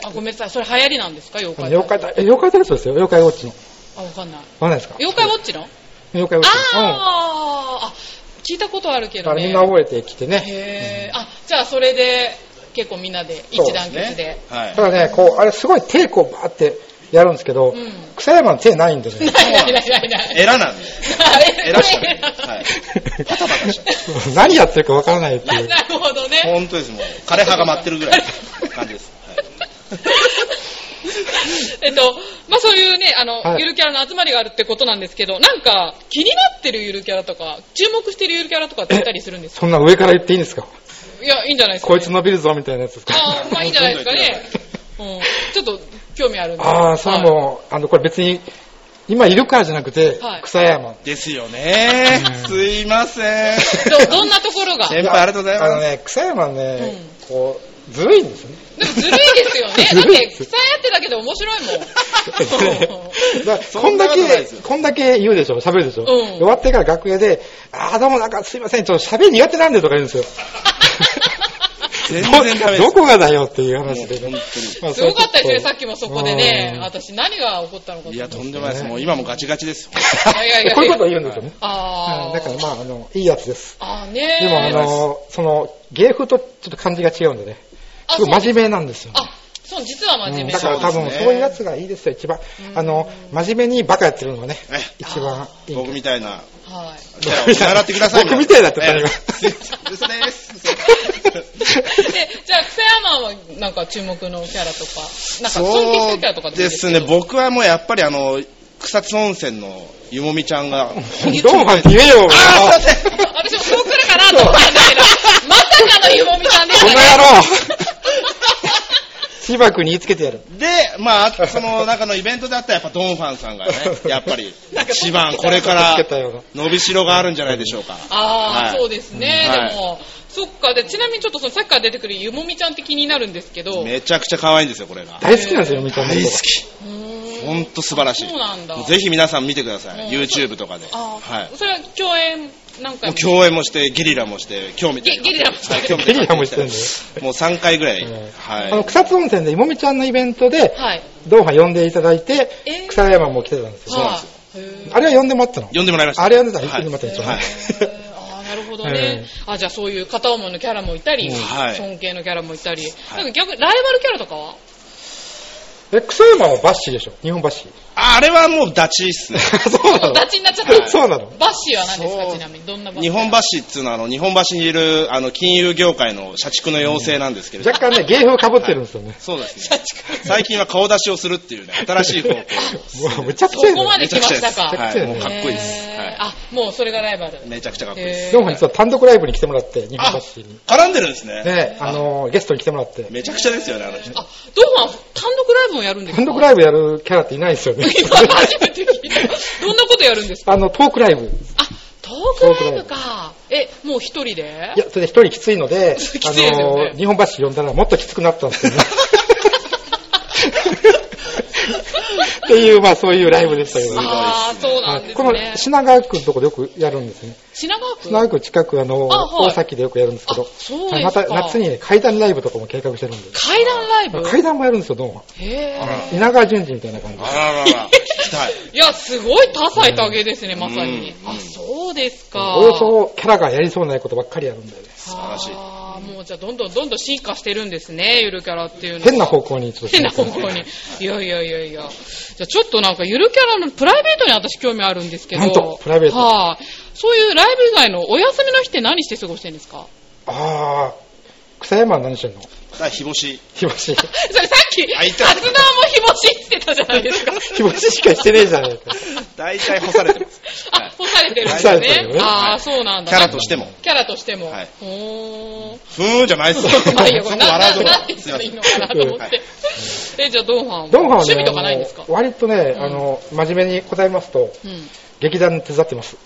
Speaker 1: え。あ、ごめんなさい。それ流行りなんですか妖
Speaker 2: あの
Speaker 1: 怪
Speaker 2: 妖怪体、
Speaker 1: 体操。
Speaker 2: え妖怪体操ですよ、妖怪ウォッチの。
Speaker 1: あ、わかんない。
Speaker 2: わかんないですか
Speaker 1: 妖怪ウォッチの
Speaker 2: 妖怪ウォッチの。
Speaker 1: あーあ、聞いたことあるけ
Speaker 2: うん。だか
Speaker 1: ど
Speaker 2: ら
Speaker 1: ね。
Speaker 2: みんな覚えてきてね。
Speaker 1: へえ。あ、じゃあそれで、結構みんなで、一団
Speaker 3: ね
Speaker 1: 結で。
Speaker 3: はい。
Speaker 2: ただね、こう、あれすごい手こうバーってやるんですけど、
Speaker 1: うん
Speaker 2: 草山の手ないんでね。
Speaker 1: ないないないないない。
Speaker 3: エ ラなんで。エラしかない。はい。パタパタしちゃう。
Speaker 2: 何やってるかわからないって
Speaker 1: な
Speaker 2: いう。
Speaker 1: なるほどね。
Speaker 3: 本当です、もう。枯葉が舞ってるぐらいの感じです。
Speaker 1: えっと、まあ、そういうね、あの、
Speaker 2: はい
Speaker 1: ゆるキャラの集まりがあるってことなんですけど、なんか、気になってるゆるキャラとか、注目してるゆるキャラとかっていたりするんですか
Speaker 2: そんな上から言っていいんですか
Speaker 1: いや、いいんじゃないですか、
Speaker 2: こいつ伸びるぞみたいなやつですか。
Speaker 1: ああ、まあいいんじゃないですかね。うん。ちょっと興味あるん で。
Speaker 2: ああ、それはもう、あの、これ別に、今いるからじゃなくて
Speaker 1: はい、
Speaker 2: 草山。
Speaker 3: ですよね。すいません。
Speaker 1: う。ど、どんなところが。で
Speaker 3: 先輩ありがとうござい
Speaker 2: あの
Speaker 3: ます。
Speaker 2: ね、草山ね、こう、ずるいん ですよね。
Speaker 1: もずるいで すよね。だって、草やってだけで面白いもん。
Speaker 2: だからこんだ
Speaker 3: そんなことないで
Speaker 2: け
Speaker 3: すよ、
Speaker 2: こんだけ言うでしょ、喋るでしょ。
Speaker 1: ん
Speaker 2: で終わってから楽屋で、ああ、どうもなんかすいません、ちょっと喋り苦手なんでとか言うんですよ。
Speaker 3: 全然ダメです。
Speaker 2: どどこがだよっていう話でね。
Speaker 3: もう本
Speaker 2: まあ
Speaker 1: すごかったですね、さっきもそこでね
Speaker 2: う。ん
Speaker 1: 私何が起こったのか
Speaker 3: 当
Speaker 1: と
Speaker 3: にいや、とんでもないです。もう今もガチガチですよ。
Speaker 1: いやいやい や
Speaker 2: こういうことを言うんですよね。
Speaker 1: あ
Speaker 2: う
Speaker 1: あ。
Speaker 2: んだからまあ、あの、いいやつです。
Speaker 1: ああね
Speaker 2: でもあ
Speaker 1: え。
Speaker 2: の、その、芸風とちょっと感じが違うんでね。
Speaker 1: あ
Speaker 2: すごい真面目なんですよ。
Speaker 1: あ、そう、実は真面
Speaker 2: うん
Speaker 1: 目
Speaker 2: だから多分
Speaker 3: そうですね
Speaker 2: そういうやつがいいですよ、一番。あの、真面目にバカやってるのがね、
Speaker 3: ね
Speaker 2: 一番いい。
Speaker 3: 僕みたいな。
Speaker 1: はい。
Speaker 3: じゃあ、習ってください。
Speaker 2: 僕みたいだって誰 が
Speaker 3: ええ嘘です。
Speaker 1: で、じゃあ、草山はなんか注目のキャラとか、なんか尊敬してるキャラとか
Speaker 3: で
Speaker 1: ね。
Speaker 3: すね、僕はもうやっぱりあの、草津温泉のゆもみちゃんが、
Speaker 2: ドンファンって言えよ。
Speaker 3: あー、すいません
Speaker 1: 私もそう来るかなと思ったんだけど、まさかのゆもみさんでし
Speaker 2: この
Speaker 1: たね。
Speaker 2: 野郎芝君に言いつけてやる。
Speaker 3: で、まあ、その中のイベントであったやっぱドンファンさんがね、やっぱり、一番これか
Speaker 2: つ
Speaker 3: ら
Speaker 2: けたような。
Speaker 3: 伸びしろがあるんじゃないでしょうか。
Speaker 1: ああ、
Speaker 3: はい
Speaker 1: そうですね。
Speaker 3: うん
Speaker 1: でも、そっか。で、ちなみにちょっとそのサッカー出てくるゆもみちゃんって気になるんですけど、
Speaker 3: めちゃくちゃ可愛いんですよ、これが。
Speaker 2: 大好きなんですよ、みたいな。
Speaker 3: 大好き。
Speaker 1: うーん
Speaker 3: ほんと素晴らしい。
Speaker 1: そうなんだ
Speaker 3: もぜひ皆さん見てください。
Speaker 1: うん
Speaker 3: YouTube とかで。
Speaker 1: ああ、
Speaker 3: はい。
Speaker 1: それは共演なんか
Speaker 3: もう共演もして、ゲリラもして、今日みたいな。
Speaker 1: ゲゲリラもして
Speaker 3: はい今日みたいな
Speaker 2: ゲリラもしてんのよ
Speaker 3: もう3回ぐらい。
Speaker 2: うん
Speaker 3: はい。
Speaker 2: あの、草津温泉でいもみちゃんのイベントで、
Speaker 1: はい。
Speaker 2: ドンファン呼んでいただいて
Speaker 1: えー、
Speaker 2: 草山も来てたんですよ。
Speaker 1: はい。へー
Speaker 2: あれは呼んでもらったの
Speaker 3: 呼んでもらいました。
Speaker 2: あれはね、だから
Speaker 3: はい
Speaker 2: 呼んでもらったんです
Speaker 3: はい
Speaker 2: よ。
Speaker 1: へーあーなるほど ね
Speaker 2: え。
Speaker 1: あ、じゃあそういう片思いのキャラもいたり、
Speaker 3: はい
Speaker 1: 尊敬のキャラもいたり、
Speaker 3: はい
Speaker 1: なんか逆にライバルキャラとかは
Speaker 2: え、草山はバッシーでしょ日本バッシー。
Speaker 3: ああれはもうダチっすね。
Speaker 2: そうなの
Speaker 1: ダチになっちゃっ た。
Speaker 2: そうなの
Speaker 1: バッシーは何ですか
Speaker 3: そう
Speaker 1: ちなみに。どんなバッシ
Speaker 3: 日
Speaker 1: ー
Speaker 3: 本橋っつうのは、あの、日本橋にいる、あの、金融業界の社畜の妖精なんですけれど。
Speaker 2: 若干ね、芸風かぶってるんですよね。
Speaker 3: そうですね。最近は顔出しをするっていうね、新しい方向。
Speaker 2: もうむちゃく
Speaker 1: そ
Speaker 2: ちゃや
Speaker 1: こま
Speaker 2: ね。
Speaker 1: で来ましたか。
Speaker 2: めちゃく
Speaker 3: はい。
Speaker 2: ちゃや
Speaker 3: もう
Speaker 2: ね
Speaker 3: かっこいいです。
Speaker 1: へー
Speaker 3: は
Speaker 1: あ、もうそれがライバル。
Speaker 3: い。めちゃくちゃかっこいいです。
Speaker 1: へ
Speaker 2: ドンファン実は単独ライブに来てもらって、日本バッシーに。
Speaker 3: 絡んでるんですね。
Speaker 2: ね、あの、ゲストに来てもらって。
Speaker 3: めちゃくちゃですよね、あの人。
Speaker 1: あ、ドンは単独ライブもやるんですか
Speaker 2: 単独ライブやるキャラっていないですよね。
Speaker 1: 今初めて聞いた。どんなことやるんです か
Speaker 2: あの、トークライブ。
Speaker 1: あ、トークライブか。え、もう一人で
Speaker 2: いや、それで一人きついので、
Speaker 1: きつい
Speaker 2: あ
Speaker 1: ですよ
Speaker 2: の、
Speaker 1: ね
Speaker 2: 日本橋呼んだらもっときつくなったんです けどね。っていう、まあそういうライブでしたけどね。
Speaker 1: ああ、そうなんです
Speaker 2: この
Speaker 1: ね。
Speaker 2: 品川区のとこでよくやるんですね。
Speaker 1: 品川区
Speaker 2: 品川区近く、あの、
Speaker 1: あはい
Speaker 2: 大崎でよくやるんですけど
Speaker 1: あそうですか
Speaker 2: はいまた夏にね階段ライブとかも計画してるんで。
Speaker 1: 階段ライブ
Speaker 2: 階段もやるんですよ、どうも。
Speaker 1: へー
Speaker 2: 稲川淳二みたいな感じで
Speaker 3: あ。ららら、聞きたい。
Speaker 1: いや、すごい多彩多芸ですね、まさに。
Speaker 3: うん
Speaker 1: あ、そうですか。
Speaker 2: およそキャラがやりそうないことばっかりやるんでね、
Speaker 1: 素
Speaker 3: 晴らしい
Speaker 1: あーもうじゃあ、どんどんどんどん進化してるんですね、ゆるキャラっていうのは。
Speaker 2: 変な方向にちょっと
Speaker 1: 変な方向に。 いやいやいやいや。じゃあちょっとなんかゆるキャラのプライベートに私興味あるんですけど。
Speaker 2: なんとプライベート
Speaker 1: はい、そういうライブ以外のお休みの日って何して過ごしてるんで すか
Speaker 2: あー、草山は何してんの
Speaker 3: だから、日干し。
Speaker 2: 日干 し。
Speaker 1: それさっき、
Speaker 3: あいた
Speaker 1: 活動も日干しって言ってたじゃないで すか。
Speaker 2: 日干ししかしてねえじゃねえか。
Speaker 3: 大体干されて ます。
Speaker 1: あ、干されてるんですよ
Speaker 2: 干されてる
Speaker 1: ね
Speaker 2: よ。ね
Speaker 1: ああ、そうなんだ。
Speaker 3: キャラとしても。
Speaker 1: キャラとしても。
Speaker 3: はい
Speaker 1: ほ ーん。
Speaker 3: ふーんじゃないっ すよ。そこ
Speaker 1: まあいいや、これな、
Speaker 3: 笑
Speaker 1: な、
Speaker 3: うと
Speaker 1: なんて
Speaker 3: こ。すいま
Speaker 1: 言ったら
Speaker 3: せ
Speaker 1: いい
Speaker 3: ん
Speaker 1: の。かなと思っ
Speaker 3: は
Speaker 1: て
Speaker 3: い。
Speaker 1: え、じゃあ、ドンファ ンは
Speaker 2: ドンファンはね、
Speaker 1: 趣味とかないんですか
Speaker 2: あの割とね、
Speaker 1: ん
Speaker 2: あの、真面目に答えますと、
Speaker 1: うん。
Speaker 2: 劇団手伝ってます。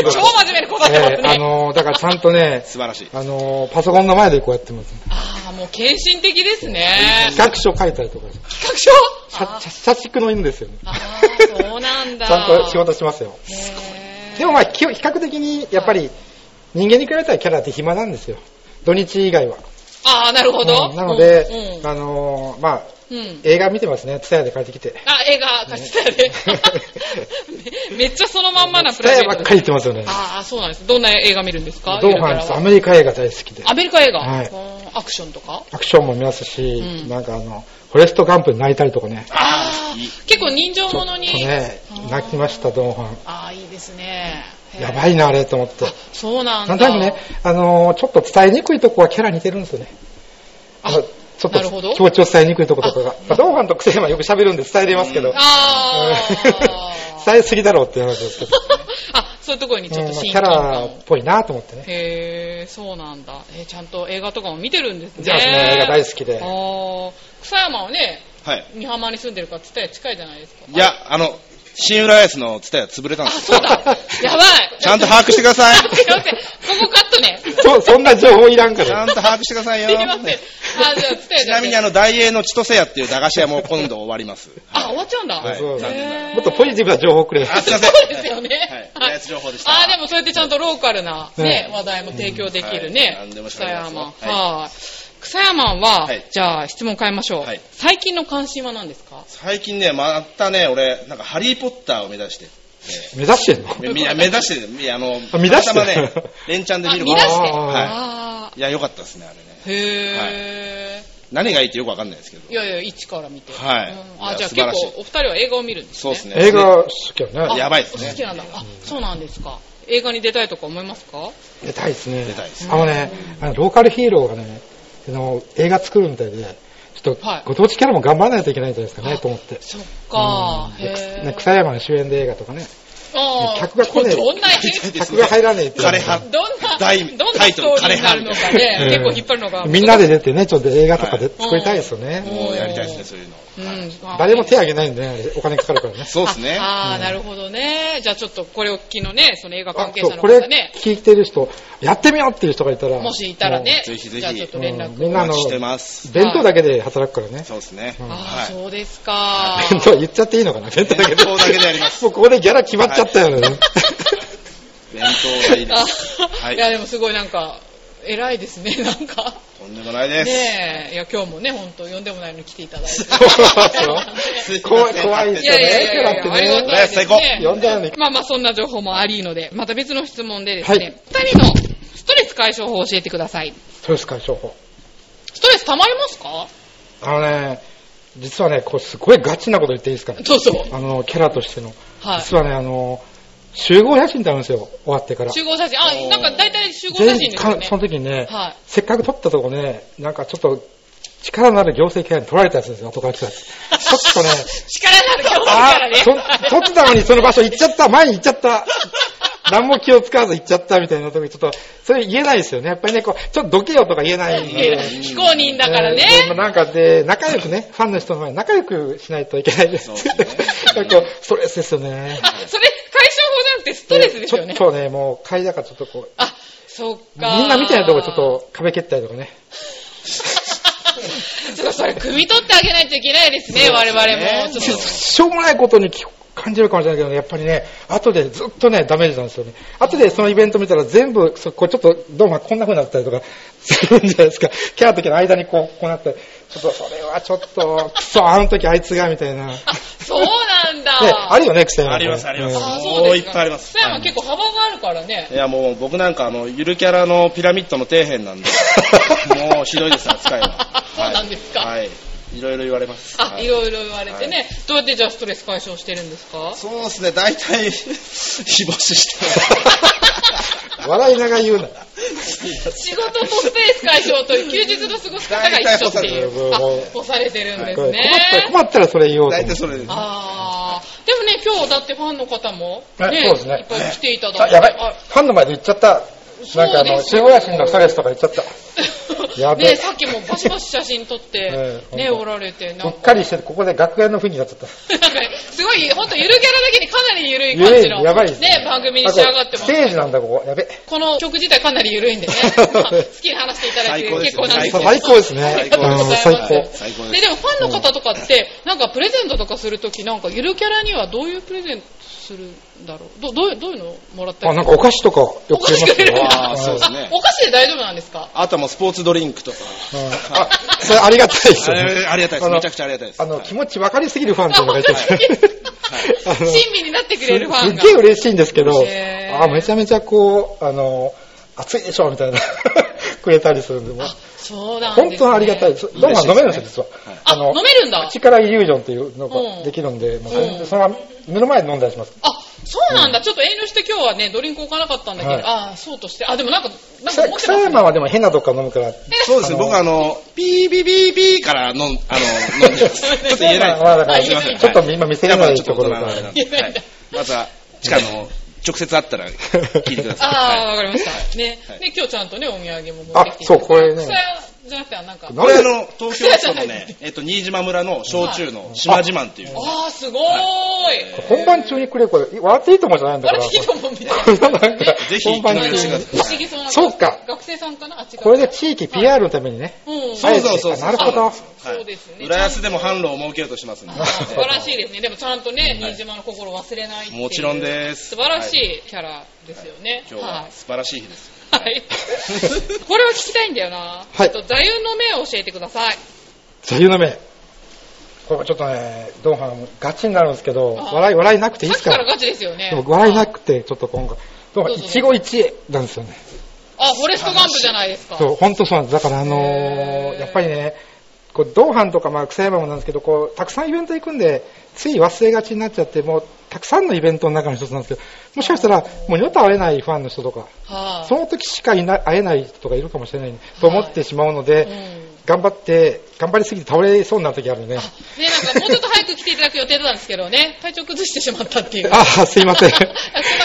Speaker 1: 超真面目に答えて
Speaker 2: えー
Speaker 1: ま
Speaker 2: あ
Speaker 1: すね。
Speaker 2: の、だからちゃんとね、
Speaker 3: 素晴らしい。
Speaker 2: あの、パソコンの前でこうやってます。
Speaker 1: ああ、もう献身的ですね。
Speaker 2: 企画書書いたりとか、
Speaker 1: 企画書あ
Speaker 2: 社社畜の犬ですよね。
Speaker 1: あー、そうなんだ。
Speaker 2: ちゃんと仕事しますよ。
Speaker 1: へー
Speaker 2: でもまあ、き比較的に、やっぱり、人間に比べたらキャラって暇なんですよ。土日以外は。
Speaker 1: ああ、なるほど。
Speaker 2: うんなので、
Speaker 1: うん
Speaker 2: あのーまあ、
Speaker 1: うん。うん
Speaker 2: 映画見てますね。ツタヤで帰ってきて。
Speaker 1: あ、映画貸してたね。 めめっちゃそのまんまなプ
Speaker 2: ツタ
Speaker 1: ライ
Speaker 2: ヤ
Speaker 1: ベー
Speaker 2: ば
Speaker 1: ト
Speaker 2: っかり行ってますよね。
Speaker 1: ああ、そうなんです。どんな映画見るんですか
Speaker 2: ドンファンです。
Speaker 1: ア
Speaker 2: ア
Speaker 1: メ
Speaker 2: メリカ映画大好きで。
Speaker 1: アメリカ映画、
Speaker 2: はい
Speaker 1: うんアクションとか
Speaker 2: アクションも見ますし、
Speaker 1: うん
Speaker 2: なんかあの、フォレストガンプに泣いたりとかね。
Speaker 1: ああ
Speaker 3: いい
Speaker 1: 結構人情ものに。
Speaker 2: ちょっとね
Speaker 1: あ、ー
Speaker 2: 泣きました、ドンファン。
Speaker 1: ああ、いいですね。へー
Speaker 2: やばいな、あれ、と思って。
Speaker 1: そうなん
Speaker 2: な
Speaker 1: だ。
Speaker 2: んとなくね、あのーちょっと伝えにくいとこはキャラ似てるんですよね。
Speaker 1: あ
Speaker 2: あのちょっ
Speaker 1: なるほど
Speaker 2: と気持ちを伝えにくいところとかが。まあ、同伴と癖はよく喋るんで伝えれますけど、
Speaker 1: あ
Speaker 2: うん
Speaker 1: ー。
Speaker 2: 伝えすぎだろうっていう話ですけど、
Speaker 1: あ、そういうところにちょっ
Speaker 2: うん
Speaker 1: と
Speaker 2: まあ
Speaker 1: 親
Speaker 2: キ
Speaker 1: 近
Speaker 2: ャ
Speaker 1: 感
Speaker 2: ラ
Speaker 1: を
Speaker 2: っ。ぽいなと思ってね。
Speaker 1: へー、そうなんだ。えーちゃんと映画とかも見てるんですね。
Speaker 2: じゃあね、映画大好きで。
Speaker 1: あー草山はね、
Speaker 3: はい。
Speaker 1: 美浜に住んでるから、つったら近いじゃないですか。
Speaker 3: いや、あの、新浦安のツタヤ潰れたん
Speaker 1: あ、
Speaker 3: です
Speaker 1: そうだ。やばい。
Speaker 3: ちゃんと把握してください。
Speaker 1: すいません。ここカット ね。
Speaker 2: そ、そんな情報いらんか
Speaker 3: ちゃ
Speaker 2: ら。
Speaker 3: んと把握してくださいよ。
Speaker 1: すいません。あ、じゃあ、つった
Speaker 3: ちなみにあの、大英の千歳屋っていう駄菓子屋も今度終わります。
Speaker 1: あ、終わっちゃうんだ。
Speaker 3: はい
Speaker 2: そう
Speaker 3: 残念な
Speaker 1: へー
Speaker 2: もっとポジティブな情報くれ。
Speaker 3: あ、すいません。
Speaker 1: そうですよね。
Speaker 3: はい。やつ情報でした。
Speaker 1: ああ、でもそうやってちゃんとローカルな、ね
Speaker 2: ね、
Speaker 1: 話題も提供で
Speaker 3: う
Speaker 1: きる
Speaker 3: んはい
Speaker 1: ね
Speaker 3: 何で。も喋
Speaker 1: 草
Speaker 3: りますよ
Speaker 1: 山。
Speaker 3: は
Speaker 1: はい。草山は
Speaker 3: はい、
Speaker 1: じゃあ質問変えましょう
Speaker 3: はい。
Speaker 1: 最近の関心は何ですか
Speaker 3: 最近ね、またね、俺、なんかハリーポッターを目指して。
Speaker 2: 目指してんの
Speaker 3: みいや目指してる、いやあの、
Speaker 2: あ目指してる
Speaker 3: たまたま ね、連チャンで見る
Speaker 1: あ見出して
Speaker 2: あー
Speaker 1: あ
Speaker 3: いや、良かったですね、あれね。
Speaker 1: ーへー。
Speaker 3: 何がいいってよくわかんないですけど。
Speaker 1: いやいや、一から見て。
Speaker 3: はい
Speaker 1: うん
Speaker 3: い
Speaker 1: あ、
Speaker 3: や
Speaker 1: じゃあ
Speaker 3: 素
Speaker 1: 結
Speaker 3: 晴らしい
Speaker 1: 構お二人は映画を見るんです
Speaker 3: そう
Speaker 1: ね。
Speaker 3: ですね。
Speaker 2: 映画好きよ
Speaker 1: あ
Speaker 2: ね。
Speaker 3: やばいですね
Speaker 1: 好きなんだ。あ、そうなんですか。映画に出たいとか思いますか
Speaker 2: 出たいですね。
Speaker 3: 出たいです
Speaker 2: あのね、あのローカルヒーローがね、あの映画作るみたいで、ちょっと、
Speaker 1: はい
Speaker 2: ご当地キャラも頑張らないといけないんじゃないですかね、と思って。
Speaker 1: そっか。
Speaker 2: うんでく
Speaker 1: へ
Speaker 2: ね
Speaker 1: ー
Speaker 2: 草山の主演で映画とかね、
Speaker 1: あー
Speaker 2: 客が来ねえ
Speaker 1: どんな映
Speaker 3: で
Speaker 2: 客が入らねえっていうの
Speaker 3: 枯葉
Speaker 1: 画、どんな、
Speaker 3: 題
Speaker 1: どんな
Speaker 3: タイ
Speaker 1: ス
Speaker 3: ト
Speaker 1: ト
Speaker 3: ル
Speaker 1: ーリーになるのかね
Speaker 2: う、
Speaker 1: 結
Speaker 2: ん
Speaker 1: 構引っ張るのが。
Speaker 2: みんなで出てね、ちょっと映画とかで
Speaker 1: い
Speaker 2: 作りたいですよ
Speaker 1: うん
Speaker 2: ね。
Speaker 3: もうやりたいですね、そういうの。
Speaker 1: うん。
Speaker 2: 誰も手挙げないんでね、お金かかるからね。
Speaker 3: そうですね。
Speaker 1: ああー、
Speaker 2: うん
Speaker 1: なるほどね。じゃあちょっとこれを聞きのね、その映画
Speaker 2: あ
Speaker 1: 関係
Speaker 2: そ
Speaker 1: 者
Speaker 2: う、
Speaker 1: の
Speaker 2: こ
Speaker 1: 方
Speaker 2: れ
Speaker 1: ね、
Speaker 2: 聞いてる人、やってみようっていう人がいたら、
Speaker 1: もしいたらね、
Speaker 3: ぜひぜひ
Speaker 1: じゃあちょっ
Speaker 2: う
Speaker 1: と
Speaker 2: ん、
Speaker 1: 連
Speaker 2: み
Speaker 1: 絡
Speaker 2: ん
Speaker 1: を。
Speaker 2: な
Speaker 3: お
Speaker 2: の
Speaker 3: 待ちしてます。
Speaker 2: 弁当だけで働くからね。
Speaker 3: そうですね。
Speaker 2: うん
Speaker 1: ああ、
Speaker 3: はい。
Speaker 1: そうですか。
Speaker 2: 弁当言っちゃっていいのかな弁当だけで。
Speaker 3: 弁当だけでやります
Speaker 2: もうここでギャラ決まっちゃったよね。
Speaker 3: 弁当がいいで
Speaker 1: あ、
Speaker 3: す。はいい。
Speaker 1: や、でもすごいなんか、偉いですね、 なんか。
Speaker 3: とんでもないです。
Speaker 1: ねえ、いや、今日もね、本当呼んでもないのに来ていただいて。
Speaker 2: そうでしょ怖い怖いです
Speaker 1: い
Speaker 2: よ
Speaker 1: やい
Speaker 2: ね。
Speaker 1: やいやいや、
Speaker 2: だって
Speaker 1: ありが
Speaker 2: ね。
Speaker 1: たいですね
Speaker 3: 浦安最
Speaker 2: 呼んだのに。
Speaker 1: まあまあ、そんな情報もありので、また別の質問でです
Speaker 2: は
Speaker 1: ね、二、人のストレス解消法を教えてください。
Speaker 2: そうですか、情報。
Speaker 1: ストレス溜まりますか
Speaker 2: あのね、実はね、こうすごいガチなこと言っていいですかね。
Speaker 1: どうぞ。
Speaker 2: あの、キャラとしての。
Speaker 1: はい。
Speaker 2: 実はね、あの、集合写真ってあるんですよ、終わってから。
Speaker 1: 集合写真。あ
Speaker 3: お、ー
Speaker 1: なんか大体集合写真ですよ
Speaker 2: 全員か
Speaker 1: ね
Speaker 2: そ。の時にね、
Speaker 1: はい。
Speaker 2: せっかく撮ったとこね、なんかちょっと、力のある行政機関に撮られたやつですよ、後から来たやつ。ちょっ とね、
Speaker 1: 力のある顔だ
Speaker 2: あ
Speaker 1: からね。
Speaker 2: と撮ってたのにその場所行っちゃった、前に行っちゃった。何も気を使わず行っちゃったみたいな時、ちょっと、それ言えないですよね。やっぱりね、こう、ちょっとどけよとか言えないん
Speaker 1: いや
Speaker 2: で。
Speaker 1: 非公認だからね。
Speaker 2: えーでもなんかで、仲良くね、ファンの人の前に仲良くしないといけないです。
Speaker 3: そうですね
Speaker 2: なんかストレスですよね。
Speaker 1: あ、それ、解消法じゃなくてストレスですよ ね
Speaker 2: ち。ょっとね、もう、階だからちょっとこう、
Speaker 1: あ、そっか。
Speaker 2: みんなみたいなとこちょっ。と壁蹴ったりとかね。
Speaker 1: ちょっとそれ、汲み取ってあげないといけないですね、
Speaker 3: そう
Speaker 1: 我
Speaker 3: ですね
Speaker 1: 々も。ちょっ と。
Speaker 2: しょうもないことに気感じるかもしれないけどね、やっぱりね、後でずっとね、ダメージなんですよね。後でそのイベント見たら全部、そこうちょっと、どうもこんな風になったりとか、するんじゃないですか。キャラの時の間にこう、こうなったり、ちょっとそれはちょっと、くそ、あの時あいつが、みたいな。ね、
Speaker 1: あ、そうなんだ。
Speaker 2: あるよね、癖
Speaker 3: ありますあります
Speaker 1: あ
Speaker 3: もう
Speaker 1: そうですか
Speaker 3: いっぱいあります
Speaker 1: 富山結構幅があるからね
Speaker 3: い。や、もう僕なんか、あの、ゆるキャラのピラミッドの底辺 なんで、もうひどいです、扱いは。
Speaker 1: そうなんですか
Speaker 3: はい。いろいろ言われます。
Speaker 1: あ、
Speaker 3: はい
Speaker 1: ろいろ言われてね。どうやってじゃあストレス解消してるんですか
Speaker 3: そうですね、大体、日干しして
Speaker 2: 笑いながら言うな。
Speaker 1: 仕事とストレス解消と休日の過ごし方が一緒って
Speaker 2: 大体干
Speaker 1: いう。あ
Speaker 2: されてる、
Speaker 1: 干されてるんで
Speaker 2: こ
Speaker 1: す
Speaker 2: れ困ったら、
Speaker 1: ね。
Speaker 2: 困ったらそれ言おうと
Speaker 3: 大
Speaker 2: 思
Speaker 3: 体
Speaker 2: う。
Speaker 3: それです。
Speaker 1: あー。でもね、今日だってファンの方も、
Speaker 2: あ
Speaker 1: ね、
Speaker 2: そうですね
Speaker 1: いっぱい来ていただい
Speaker 2: あ、
Speaker 1: て。
Speaker 2: やばい
Speaker 1: あ。
Speaker 2: ファンの前で言っちゃった。なんかあ
Speaker 1: そうで
Speaker 2: の、
Speaker 1: す
Speaker 2: 集
Speaker 1: よ
Speaker 2: 合写真のストレスとか言っちゃった。 やべえ
Speaker 1: ねさっきもバシバシ写真撮って
Speaker 2: え、え
Speaker 1: ね、
Speaker 2: ほんと
Speaker 1: おられて、な
Speaker 2: うんっ
Speaker 1: か、
Speaker 2: かりしてて、ここで楽屋の雰囲気になっちゃった。
Speaker 1: なんかすごい、ほんとゆるキャラだけにかなりゆるい感じの、
Speaker 2: ゆるいやばいですね
Speaker 1: ね、番組に仕上がってま
Speaker 2: ス
Speaker 1: す。
Speaker 2: テージなんだ、ここ。やべえ。
Speaker 1: この曲自体かなりゆるいんで ね、まあ好きに話していただいて
Speaker 3: 最高で
Speaker 1: 結
Speaker 3: すよ
Speaker 1: 構なんですけど。
Speaker 2: 最高ですね。
Speaker 1: ありがとうございます
Speaker 2: うん最高。
Speaker 3: 最高
Speaker 1: で
Speaker 3: です。
Speaker 1: でもファンの方とかって、なんかプレゼントとかするとき、なんかゆるキャラにはどういうプレゼントするんだろうどどういうどういうのもらった
Speaker 2: あ、
Speaker 1: り
Speaker 2: なんかお菓子とかよ
Speaker 1: お
Speaker 2: く
Speaker 1: 菓
Speaker 2: くれます
Speaker 1: 子くれるん
Speaker 2: よ。
Speaker 1: だ
Speaker 3: あーそうですね
Speaker 1: あお菓子で大丈夫なんですか
Speaker 3: あとはもうスポーツドリンクとか。
Speaker 2: うんあ、それありがたいです
Speaker 3: あ
Speaker 2: よね。
Speaker 3: れありがたいです。
Speaker 2: あの
Speaker 3: めちゃくちゃありがたいです。
Speaker 2: あの、
Speaker 3: はい
Speaker 2: 気持ち分かりすぎるファンっていうのがいて、 あのす
Speaker 1: 親身になってくれるファ
Speaker 2: す
Speaker 1: ン
Speaker 2: っ
Speaker 1: が。
Speaker 2: げえ嬉しいんですけど、
Speaker 1: へー
Speaker 2: あ、めちゃめちゃこう、あの、暑いでしょ、みたいな くれたりするんで、もう
Speaker 1: そうなんです、ね。
Speaker 2: 本当にありがたいです。
Speaker 3: すね
Speaker 2: ドンは飲めるんですよ、実は。
Speaker 1: あ、飲めるんだ。
Speaker 2: 口からイリュージョンっていうのができるんで、もう全
Speaker 1: うん
Speaker 2: 然そのまま目の前で飲んだりします。
Speaker 1: あ、そうなんだ。ちょっと遠慮して今日はね、ドリンク置かなかったんだけど、
Speaker 2: はい
Speaker 1: あ、そうとして。あ、でもなんか、なんか
Speaker 2: 草
Speaker 1: 思ってます、
Speaker 2: 山はでも変なとこから飲むから、
Speaker 3: そうですね、
Speaker 2: あの
Speaker 3: 僕あの、ピーピーピーピーから飲ん、あの、飲んでます。 ちょっと言えない。
Speaker 2: まあだから
Speaker 3: すいません
Speaker 2: ちょっと今見せれないところが
Speaker 3: やっぱちょっ大人なんで
Speaker 1: 言えないんだ
Speaker 3: はいまた、地下の、直接会ったら聞いてください。
Speaker 1: あー、わ
Speaker 3: はい
Speaker 1: かりました。ね。
Speaker 3: はい
Speaker 1: で、今日ちゃんとね、お土産も持っ
Speaker 2: あ
Speaker 1: てき、て。
Speaker 2: そう、これね
Speaker 1: 草。屋じゃなくて、あなんか。
Speaker 2: な
Speaker 3: これあ
Speaker 2: んで
Speaker 3: の、東京都のね、えっと、新島村の焼酎の島自慢っていう。
Speaker 1: あー、すごーい。
Speaker 2: 本番中にくれるこれ、笑っていいと思うじゃないんだ
Speaker 1: あ
Speaker 2: から
Speaker 1: れ、。聞いたもんみたいな。
Speaker 2: これなんか
Speaker 3: ぜひ
Speaker 2: 本番
Speaker 3: 聞いてみ
Speaker 2: 中
Speaker 3: てくだ
Speaker 2: に
Speaker 3: さ。い
Speaker 1: 不思議そう な。
Speaker 2: そうか
Speaker 1: 学生さんかなあ、違う。
Speaker 2: これで地域 PR のためにね。
Speaker 1: うん。
Speaker 2: は
Speaker 3: そう
Speaker 2: い
Speaker 3: そうそうそう。
Speaker 2: なるほど
Speaker 3: はい
Speaker 1: そうですね
Speaker 3: 浦安でも販路を設けようとしますんで
Speaker 1: あー。素晴らしいですね。でもちゃんとね、新島の心を忘れないっていう
Speaker 3: もちろんです
Speaker 1: 素晴らし
Speaker 3: はい
Speaker 1: キャラですよね。
Speaker 3: 今日は素晴らしい日です。
Speaker 1: はい。 これは聞きたいんだよな。
Speaker 2: はい
Speaker 1: えっと座右の銘を教えてください。
Speaker 2: 座右の銘。これちょっとね、ドンハン、ガチになるんですけど、
Speaker 1: あ
Speaker 2: 笑い、笑いなくていいで
Speaker 1: さっ
Speaker 2: す
Speaker 1: き
Speaker 2: か
Speaker 1: から
Speaker 2: ら。
Speaker 1: ガチですよね
Speaker 2: で。も笑いなくて、ちょっと今回、ドンハン、
Speaker 1: どうぞ
Speaker 2: 一期一会なんですよね。
Speaker 1: あ、フォレストガンプじゃないですか。
Speaker 2: そう、本当そうなんです。だからあの
Speaker 1: へー
Speaker 2: ーやっぱりね、こう、同伴とか、まあ、草山もなんですけど、こう、たくさんイベント行くんで、つい忘れがちになっちゃって、もう、たくさんのイベントの中の一つなんですけど、もしかしたら、もう二度と会えないファンの人とか、
Speaker 1: は
Speaker 2: その時しかいな会えない人とかいるかもしれない、と思ってしまうので、
Speaker 1: い。うん。
Speaker 2: 頑張って、頑張りすぎて倒れそうになる時あるね。
Speaker 1: ね、なんかもうちょっと早く来ていただく予定だったんですけどね、体調崩してしまったっていう。
Speaker 2: あーすいません
Speaker 1: そんなこ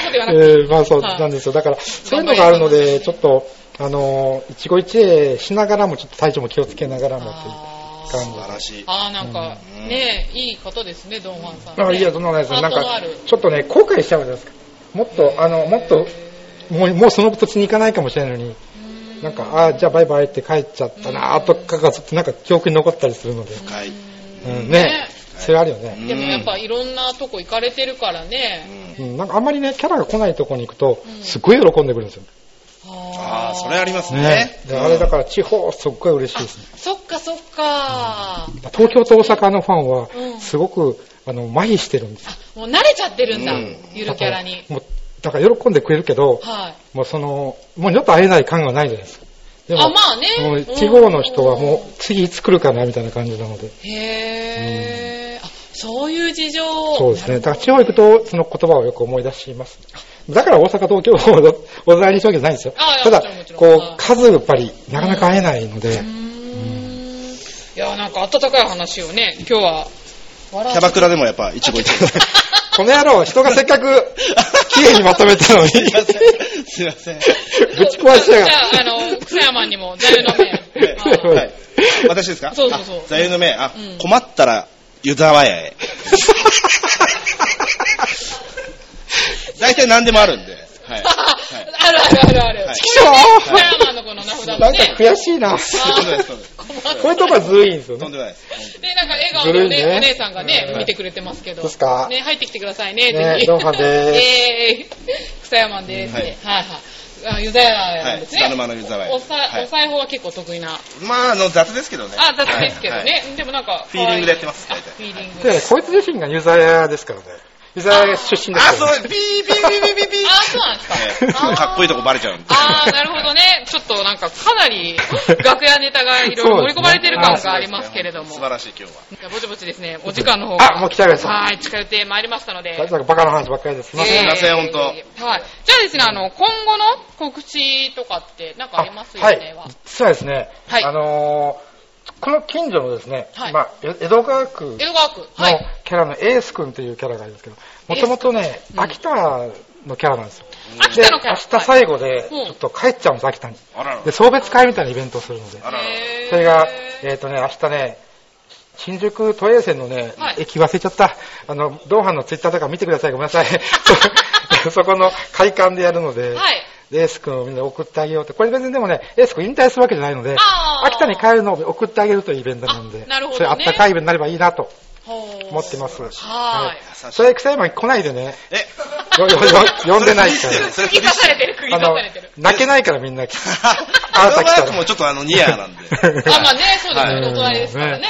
Speaker 1: と言わなくていい。
Speaker 2: えー、まあそう
Speaker 1: はい
Speaker 2: なんですよ。だから、そういうのがあるので、ちょっと、あのー一期一会しながらも、ちょっと体調も気をつけながらもっていう
Speaker 1: あ
Speaker 2: 感
Speaker 1: ー
Speaker 2: じ
Speaker 3: 素晴らしい。
Speaker 1: あー、なんか、ねいい方ですね、ドンワンさんね、
Speaker 2: あいや、そんなことないですよ。なん
Speaker 1: ハートの
Speaker 2: か
Speaker 1: ある、
Speaker 2: ちょっとね、後悔しちゃうじゃないですか。もっと、あの、もっと、もう、もうその土地に行かないかもしれないのに、なんか、ああー、じゃあバイバイって帰っちゃったなーとかが、ちょっとなんか記憶に残ったりするので、
Speaker 3: 深い。
Speaker 2: うん、
Speaker 1: ね
Speaker 2: ね、それあるよね。
Speaker 1: でもやっぱいろんなとこ行かれてるからね。
Speaker 2: うん、なんかあんまりね、キャラが来ないとこに行くと、すごい喜んでくるんですよ。
Speaker 3: ああ、それあります
Speaker 2: ね
Speaker 3: ね。。
Speaker 2: であれだから地方、すっごい嬉しいですね。
Speaker 1: そっかそっか、
Speaker 2: 東京と大阪のファンは
Speaker 1: うん、
Speaker 2: すごく、あの、麻痺してるんですよ。
Speaker 1: もう慣れちゃってるんだ、
Speaker 3: うん
Speaker 1: ゆるキャラに。
Speaker 2: もう、だから喜んでくれるけど、
Speaker 1: はい。
Speaker 2: もうその、もう二度と会えない感がないじゃないですか。で
Speaker 1: あ、まあね。
Speaker 2: も
Speaker 1: う
Speaker 2: うん地方の人はもう次いつ来るかなみたいな感じなので。
Speaker 1: へー。あ、そういう事情。
Speaker 2: そうですね。だから地方行くとその言葉をよく思い出します。だから大阪、東京を おざいにしたわけじゃないですよ
Speaker 1: あい。や
Speaker 2: ただ
Speaker 1: もち、ろんもちろん
Speaker 2: こう、数やっぱりなかなか会えないので
Speaker 1: う、ーん。いや、なんか温かい話をね、今日は。
Speaker 3: キャバクラでもやっぱ一期一会。
Speaker 2: この野郎、人がせっかく綺麗にまとめたのに、
Speaker 3: すいません。すいません。
Speaker 2: ぶち壊しやがっ
Speaker 1: じゃあ、あの、草山にも、座右の銘。
Speaker 2: て。
Speaker 1: あ
Speaker 3: はい。 私ですか
Speaker 1: そうそうそう
Speaker 3: あ座右の銘、あ、
Speaker 1: うん
Speaker 3: 困ったら湯沢屋へ。大体何でもある んで。はい。はい
Speaker 1: あるあるあるある。
Speaker 3: はい
Speaker 2: ちょ
Speaker 1: 草山のこの名札も
Speaker 2: なんか
Speaker 1: ね。
Speaker 2: 悔しいな。
Speaker 3: とんでもないですとんでもないです
Speaker 2: こういうとこはずるいんですよ
Speaker 3: とんで
Speaker 2: ね。
Speaker 3: もないです。
Speaker 1: で、なんか笑顔
Speaker 2: ず
Speaker 1: の
Speaker 2: るい
Speaker 1: ね、
Speaker 2: ね
Speaker 1: お姉さんがね
Speaker 2: う、ん
Speaker 1: 見てくれてますけど。
Speaker 2: ですか
Speaker 1: ね、入ってきてくださいね、
Speaker 2: ね
Speaker 1: 次。
Speaker 2: ロンハで
Speaker 1: えー草山です。
Speaker 3: は
Speaker 1: はい
Speaker 3: い
Speaker 1: はい。あ湯沢屋なんですね。
Speaker 3: はい津田沼の湯沢屋
Speaker 1: おさ
Speaker 3: はい
Speaker 1: お裁縫は結構得意な。
Speaker 3: まあ、あの、雑ですけどね。
Speaker 1: あ、だったですけど
Speaker 3: はい。はい
Speaker 1: ね。でもなんか。
Speaker 3: フィーリングでやってます
Speaker 1: あ
Speaker 3: 大体
Speaker 1: フィーリング。
Speaker 2: で、こいつ自身がユーザー屋ですからね。ユーザー屋出身
Speaker 3: あ
Speaker 2: です、からね
Speaker 3: そう、ビービービービービービー。
Speaker 1: あ、そうなんです
Speaker 3: ね
Speaker 1: か。あー
Speaker 3: かっこいいとこバレちゃうんで。
Speaker 1: あー、なるほどね。ちょっとなんかかなり楽屋ネタがいろいろ盛り込まれてる感がありますけれども。
Speaker 3: 素晴らしい今日は。
Speaker 1: じゃあぼちぼちですね、お時間の方が。
Speaker 2: あ、もう来ちゃいました。
Speaker 1: はい、近寄ってまいりましたので。
Speaker 2: 大体バカな話ばっかりです。すいません
Speaker 3: えません本当
Speaker 1: はい。じゃあですね、あの、今後の告知とかってなんかありますよね
Speaker 2: は。
Speaker 1: はい
Speaker 2: 実はですね、
Speaker 1: はい
Speaker 2: あのーこの近所のですね、
Speaker 1: はい
Speaker 2: まあ、え江戸川区の
Speaker 1: 江戸川区。はい。
Speaker 2: キャラのエース君というキャラがいるんですけど、もともとね、
Speaker 1: 君うん
Speaker 2: 秋田のキャラなんですよ。
Speaker 1: 秋
Speaker 2: で、
Speaker 1: 田のキャラ。
Speaker 2: 明日最後で、ち
Speaker 1: うん
Speaker 2: ょっと帰っちゃうんです、秋田に。
Speaker 3: あらら
Speaker 2: で、。送別会みたいなイベントをするので、
Speaker 3: あらら。
Speaker 1: へー
Speaker 2: それが、えっ、とね、明日ね、新宿都営線のね、
Speaker 1: はい
Speaker 2: 駅忘れちゃった。あの、同伴のツイッターとか見てください。ごめんなさ い。そそこの会館でやるので、
Speaker 1: はい。
Speaker 2: エース君をみんな送ってあげようって。これ別にでもね、エース君引退するわけじゃないので、
Speaker 1: あー
Speaker 2: 秋田に帰るのを送ってあげるというイベントなんで、
Speaker 1: あなるほど
Speaker 2: そ
Speaker 1: ね
Speaker 2: れあったかいイベントになればいいなと
Speaker 1: 持
Speaker 2: 思ってます。
Speaker 1: は
Speaker 3: 優しい
Speaker 2: それ草山に来ないでね、
Speaker 3: え、
Speaker 2: よよよ呼んでないか
Speaker 3: そ
Speaker 2: ら
Speaker 3: れ。
Speaker 1: い。釘刺されてる、釘
Speaker 2: あ
Speaker 1: 刺
Speaker 2: の
Speaker 1: されてる。、
Speaker 2: 泣けないからみんな。
Speaker 3: あ
Speaker 2: なた来たら
Speaker 3: ワークもちょっとあの、ニア なんで。
Speaker 1: あ、まあね、そうですね、
Speaker 2: は
Speaker 1: お
Speaker 2: い
Speaker 1: 隣ですからね。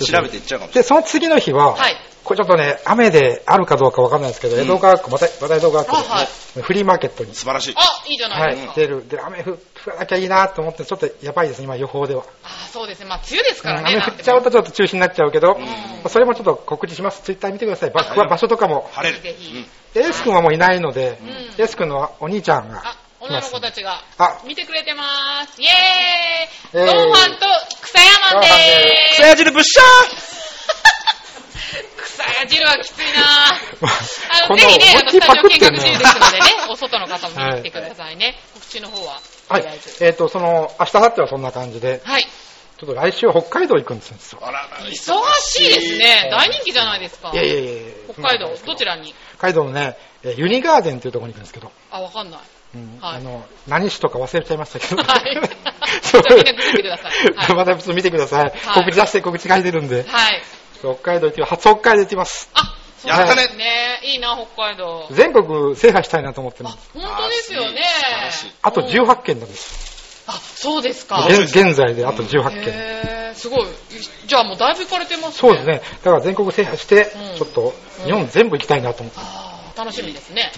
Speaker 3: 調べていっちゃうかもしれない。
Speaker 2: で、その次の日は、
Speaker 1: はい。
Speaker 2: これちょっとね、雨であるかどうかわかんないですけど、江戸川区、また、また江戸川区でね、
Speaker 1: あは
Speaker 2: フリーマーケットに。
Speaker 4: 素晴らしい。
Speaker 1: あ、いいじゃな
Speaker 2: はいい
Speaker 1: ですか。、
Speaker 2: 出る。で、雨降らなきゃいいなと思って、ちょっとやばいですね、今予報では。
Speaker 1: あ、そうですね。まあ、梅雨ですからね。
Speaker 2: 雨降っちゃうとちょっと中止になっちゃうけど、それもちょっと告知します。ツイッター見てください。場
Speaker 4: はい
Speaker 2: 場所とかも。
Speaker 4: 晴れる。
Speaker 1: ぜひ
Speaker 4: うん
Speaker 2: でエース君はもういないので、
Speaker 1: ん
Speaker 2: エース君のお兄ちゃんが
Speaker 1: あ、女の子たちが
Speaker 2: あ
Speaker 1: 見てくれてます。イ
Speaker 2: イェ
Speaker 1: ェー
Speaker 2: ー
Speaker 1: イ
Speaker 2: イ
Speaker 1: ドンファンと草山で
Speaker 4: く
Speaker 1: ー
Speaker 4: や汁ぶっしゃ
Speaker 1: す。草や汁はきつい なぁ。
Speaker 2: まあ
Speaker 1: あ
Speaker 2: こ
Speaker 1: の、
Speaker 2: ん
Speaker 1: ぜ
Speaker 2: な
Speaker 1: ひね、あの、スタジオ見学中ですのでね
Speaker 2: 思いっきり パクってん、な
Speaker 1: お外の方も見に来てくださいね。告知の方は、と
Speaker 2: は
Speaker 1: りあえ
Speaker 2: い
Speaker 1: ず。。
Speaker 2: えっ、と、その、明日、明後日はそんな感じで、
Speaker 1: はい。
Speaker 2: ちょっと来週は北海道行くんですよ。
Speaker 4: あらら、
Speaker 1: 忙しいですね。大人気じゃないですか
Speaker 2: い。やいやいやいや
Speaker 1: 北海道、どちらに
Speaker 2: 北海道のね、えーユニガーデンっていうところに行くんですけど、
Speaker 1: あ、わかんない。
Speaker 2: うん
Speaker 1: はい
Speaker 2: あの、何市とか忘れちゃいましたけど、
Speaker 1: はい
Speaker 2: そう
Speaker 1: じゃあみんなググってくださいはい
Speaker 2: また普通見てください。
Speaker 1: はい
Speaker 2: 告知出して告知書いてるんで、
Speaker 1: はい。
Speaker 2: 北海道行って、初北海道行ってます。
Speaker 1: あ、そう
Speaker 4: やったね
Speaker 1: ですね。いいな、北海道。
Speaker 2: 全国制覇したいなと思って
Speaker 1: あ
Speaker 2: ます。、
Speaker 1: 本当ですよね
Speaker 4: あ素晴らしい。
Speaker 2: あと
Speaker 1: うん
Speaker 2: 18件なんです。
Speaker 1: あ、そうですか。
Speaker 2: 現現在であと18件。
Speaker 1: へーすごい。じゃあもうだいぶ行かれてますね。
Speaker 2: そうです。ね。だから全国制覇して
Speaker 1: うん、
Speaker 2: ちょっと日本全部行きたいなと思って。
Speaker 1: あー楽しみですね。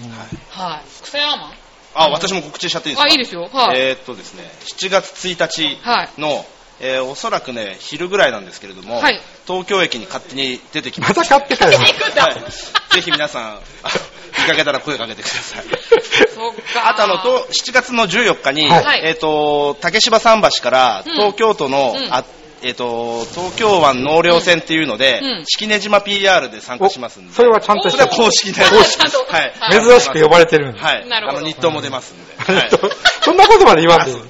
Speaker 1: はい。草山マン
Speaker 4: あ、私も告知しちゃっていいですか
Speaker 1: あ、いいですよ。はい。
Speaker 4: えーっとですね、7月1日の、えーおそらくね、昼ぐらいなんですけれども、
Speaker 1: はい
Speaker 4: 東京駅に勝手に出てきま。
Speaker 2: ますた買 ってたよ。
Speaker 4: はい、ぜひ皆さん、あ 見かけたら声かけてください。
Speaker 1: そっか。
Speaker 4: あとあの、と7月の14日に、
Speaker 2: はい
Speaker 4: えっ、と、竹芝桟橋から
Speaker 1: うん
Speaker 4: 東京都の、
Speaker 1: うん
Speaker 4: あえっ、と、東京湾納涼船っていうので、
Speaker 1: うんうん
Speaker 4: 式根島 PR で参加しますんで。
Speaker 2: それはちゃんと
Speaker 4: そ
Speaker 2: し
Speaker 4: れ
Speaker 2: て
Speaker 4: は、公式で。
Speaker 1: 公式です
Speaker 4: はい
Speaker 1: は
Speaker 2: 珍しく呼ばれてるんで。
Speaker 4: はい。
Speaker 1: なるほど
Speaker 4: あの、日当も出ますんで。はい
Speaker 2: とそんなことまで言わん
Speaker 4: あ
Speaker 2: でい
Speaker 4: そう
Speaker 2: い。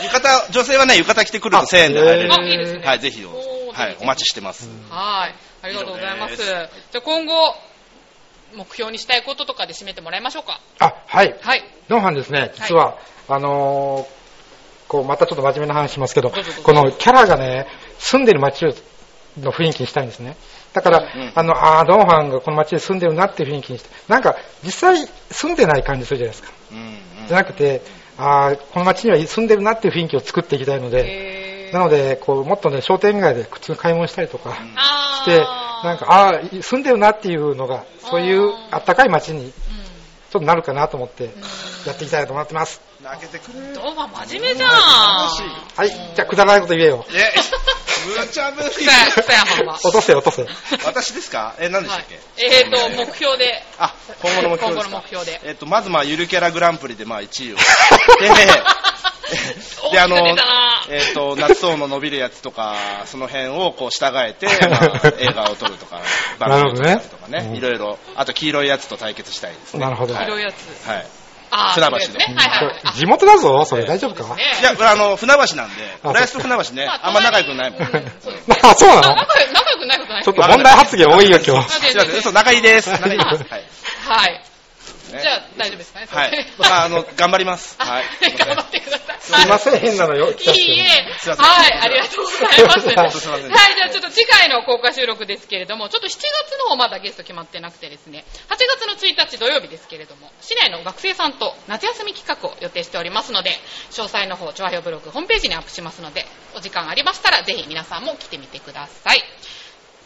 Speaker 4: え浴衣、女性はね、浴衣着てくると1000円で入れる
Speaker 1: あ、いいですね。
Speaker 4: はい、ぜひどうぞ
Speaker 1: おー
Speaker 4: はい、お待ちしてます。
Speaker 1: はい。ありがとうございま
Speaker 4: 以
Speaker 1: す。
Speaker 4: 上
Speaker 1: じ
Speaker 4: で
Speaker 1: ゃ
Speaker 4: す
Speaker 1: あ今後、目標にしたいこととかで締めてもらいましょうか。
Speaker 2: あ、はい。
Speaker 1: はい。
Speaker 2: ノンハンですね、実は、あのーこう、またちょっと真面目な話しますけど、
Speaker 1: どうぞどうぞ
Speaker 2: このキャラがね、住んでる街の雰囲気にしたいんですね。だから、
Speaker 4: ん
Speaker 2: あの、ああ、ノンハンがこの街で住んでるなっていう雰囲気にして、なんか、実際住んでない感じするじゃないですか。
Speaker 4: うんうん
Speaker 2: じゃなくて、ああ、この街には住んでるなっていう雰囲気を作っていきたいので、
Speaker 1: え
Speaker 2: なので、こう、もっとね、商店街で普通に買い物したりとか
Speaker 4: ん
Speaker 1: あ
Speaker 2: し
Speaker 1: ー
Speaker 2: て、なんか、、ああ、住んでるなっていうのが、そういうあったかい街に、
Speaker 1: う
Speaker 2: ちょっとなるかなと思って、やっていきたいなと思ってます。
Speaker 4: 泣けてくれ。
Speaker 1: ん。動画真面目じゃん。
Speaker 2: はい、じゃあくだらないこと言えよ。
Speaker 4: いえ、むちゃぶり。
Speaker 1: 草草山は。
Speaker 2: 落とせ落とせ。
Speaker 4: 私ですかえ、何でしたっけ、
Speaker 1: えっ、ー、と、目標で。
Speaker 4: あ、今後の目標ですか
Speaker 1: 今後の目標で
Speaker 4: えっと、まずまあ、ゆるキャラグランプリでまあ、1位を。で、で、あの
Speaker 1: 大きく出たな、
Speaker 4: えっと、夏層の伸びるやつとか、その辺をこう従えて、まあ、映画を撮るとか、番組を撮るとか
Speaker 2: なるほど
Speaker 4: ね、
Speaker 2: ね
Speaker 4: いろいろ、あと黄色いやつと対決したいですね。
Speaker 2: なるほど。
Speaker 4: はい
Speaker 1: 広いやつ。
Speaker 4: はい。
Speaker 1: あー
Speaker 4: 船橋で
Speaker 1: そうすね。はいはいはい。
Speaker 2: 地元だぞ、それ大丈夫か
Speaker 1: ね
Speaker 4: いや、これあの、船橋なんで、
Speaker 2: あ
Speaker 4: 浦安と船橋ね、あんま仲良くないもん。
Speaker 1: うん
Speaker 4: ね
Speaker 1: そうですね
Speaker 2: あ、そう
Speaker 1: あ
Speaker 2: なの
Speaker 1: 仲良仲良くないことない
Speaker 2: ちょっと問題発言多いよ、今日。
Speaker 1: あ
Speaker 4: すいません、そう、仲いいです。仲いいです。はい。
Speaker 1: はい。
Speaker 4: ね
Speaker 1: じゃあ、大丈夫ですかね。
Speaker 4: はい。まあ、あの、頑張ります。
Speaker 1: は
Speaker 4: はいい。。
Speaker 1: 頑張ってください。
Speaker 2: すいません、変なのよ。来ちゃっ
Speaker 1: い
Speaker 2: て
Speaker 1: いえ
Speaker 4: すいません
Speaker 1: はい、ありがとうございます。
Speaker 2: 本
Speaker 4: 当 すい
Speaker 1: は
Speaker 4: ま
Speaker 1: い、
Speaker 4: せん
Speaker 1: じゃあちょっと次回の公開収録ですけれども、ちょっと7月の方まだゲスト決まってなくてですね、8月の1日土曜日ですけれども、市内の学生さんと夏休み企画を予定しておりますので、詳細の方、調和表ブログホームページにアップしますので、お時間ありましたらぜひ皆さんも来てみてください。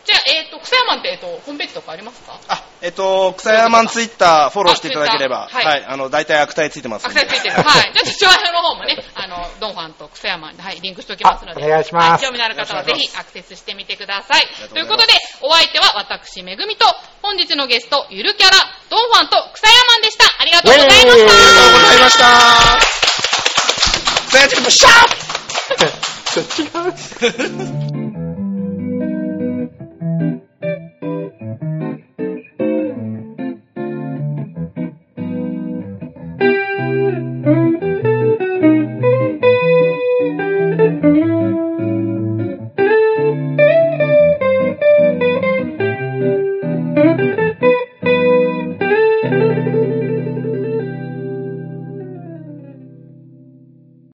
Speaker 1: じゃあ、えっ、と、草山って、えっ、と、ホームページとかありますか
Speaker 4: あ、えっと、草山ツイッターフォローしていただければ、
Speaker 1: あ Twitter
Speaker 4: はい、
Speaker 1: はい
Speaker 4: あの、大体悪態ついてます
Speaker 1: ア
Speaker 4: ん
Speaker 1: ク
Speaker 4: で。
Speaker 1: セスついてる。はい。じゃあ、調和表の方もね、あの、ドンファンと草山に、はい、リンクしておきますので。
Speaker 2: あお願いします
Speaker 1: は興味のある方はぜひアクセスしてみてください。
Speaker 4: がとう
Speaker 1: といこ
Speaker 4: ございうます
Speaker 1: とで、お相手は私、めぐみと、本日のゲスト、ゆるキャラ、ドンファンと草山でした。ありがとうございまし
Speaker 2: ウ
Speaker 1: た。
Speaker 2: ェーイありがと
Speaker 4: ありがとうございました。草山チップシャー
Speaker 2: ちょ違う。
Speaker 4: プ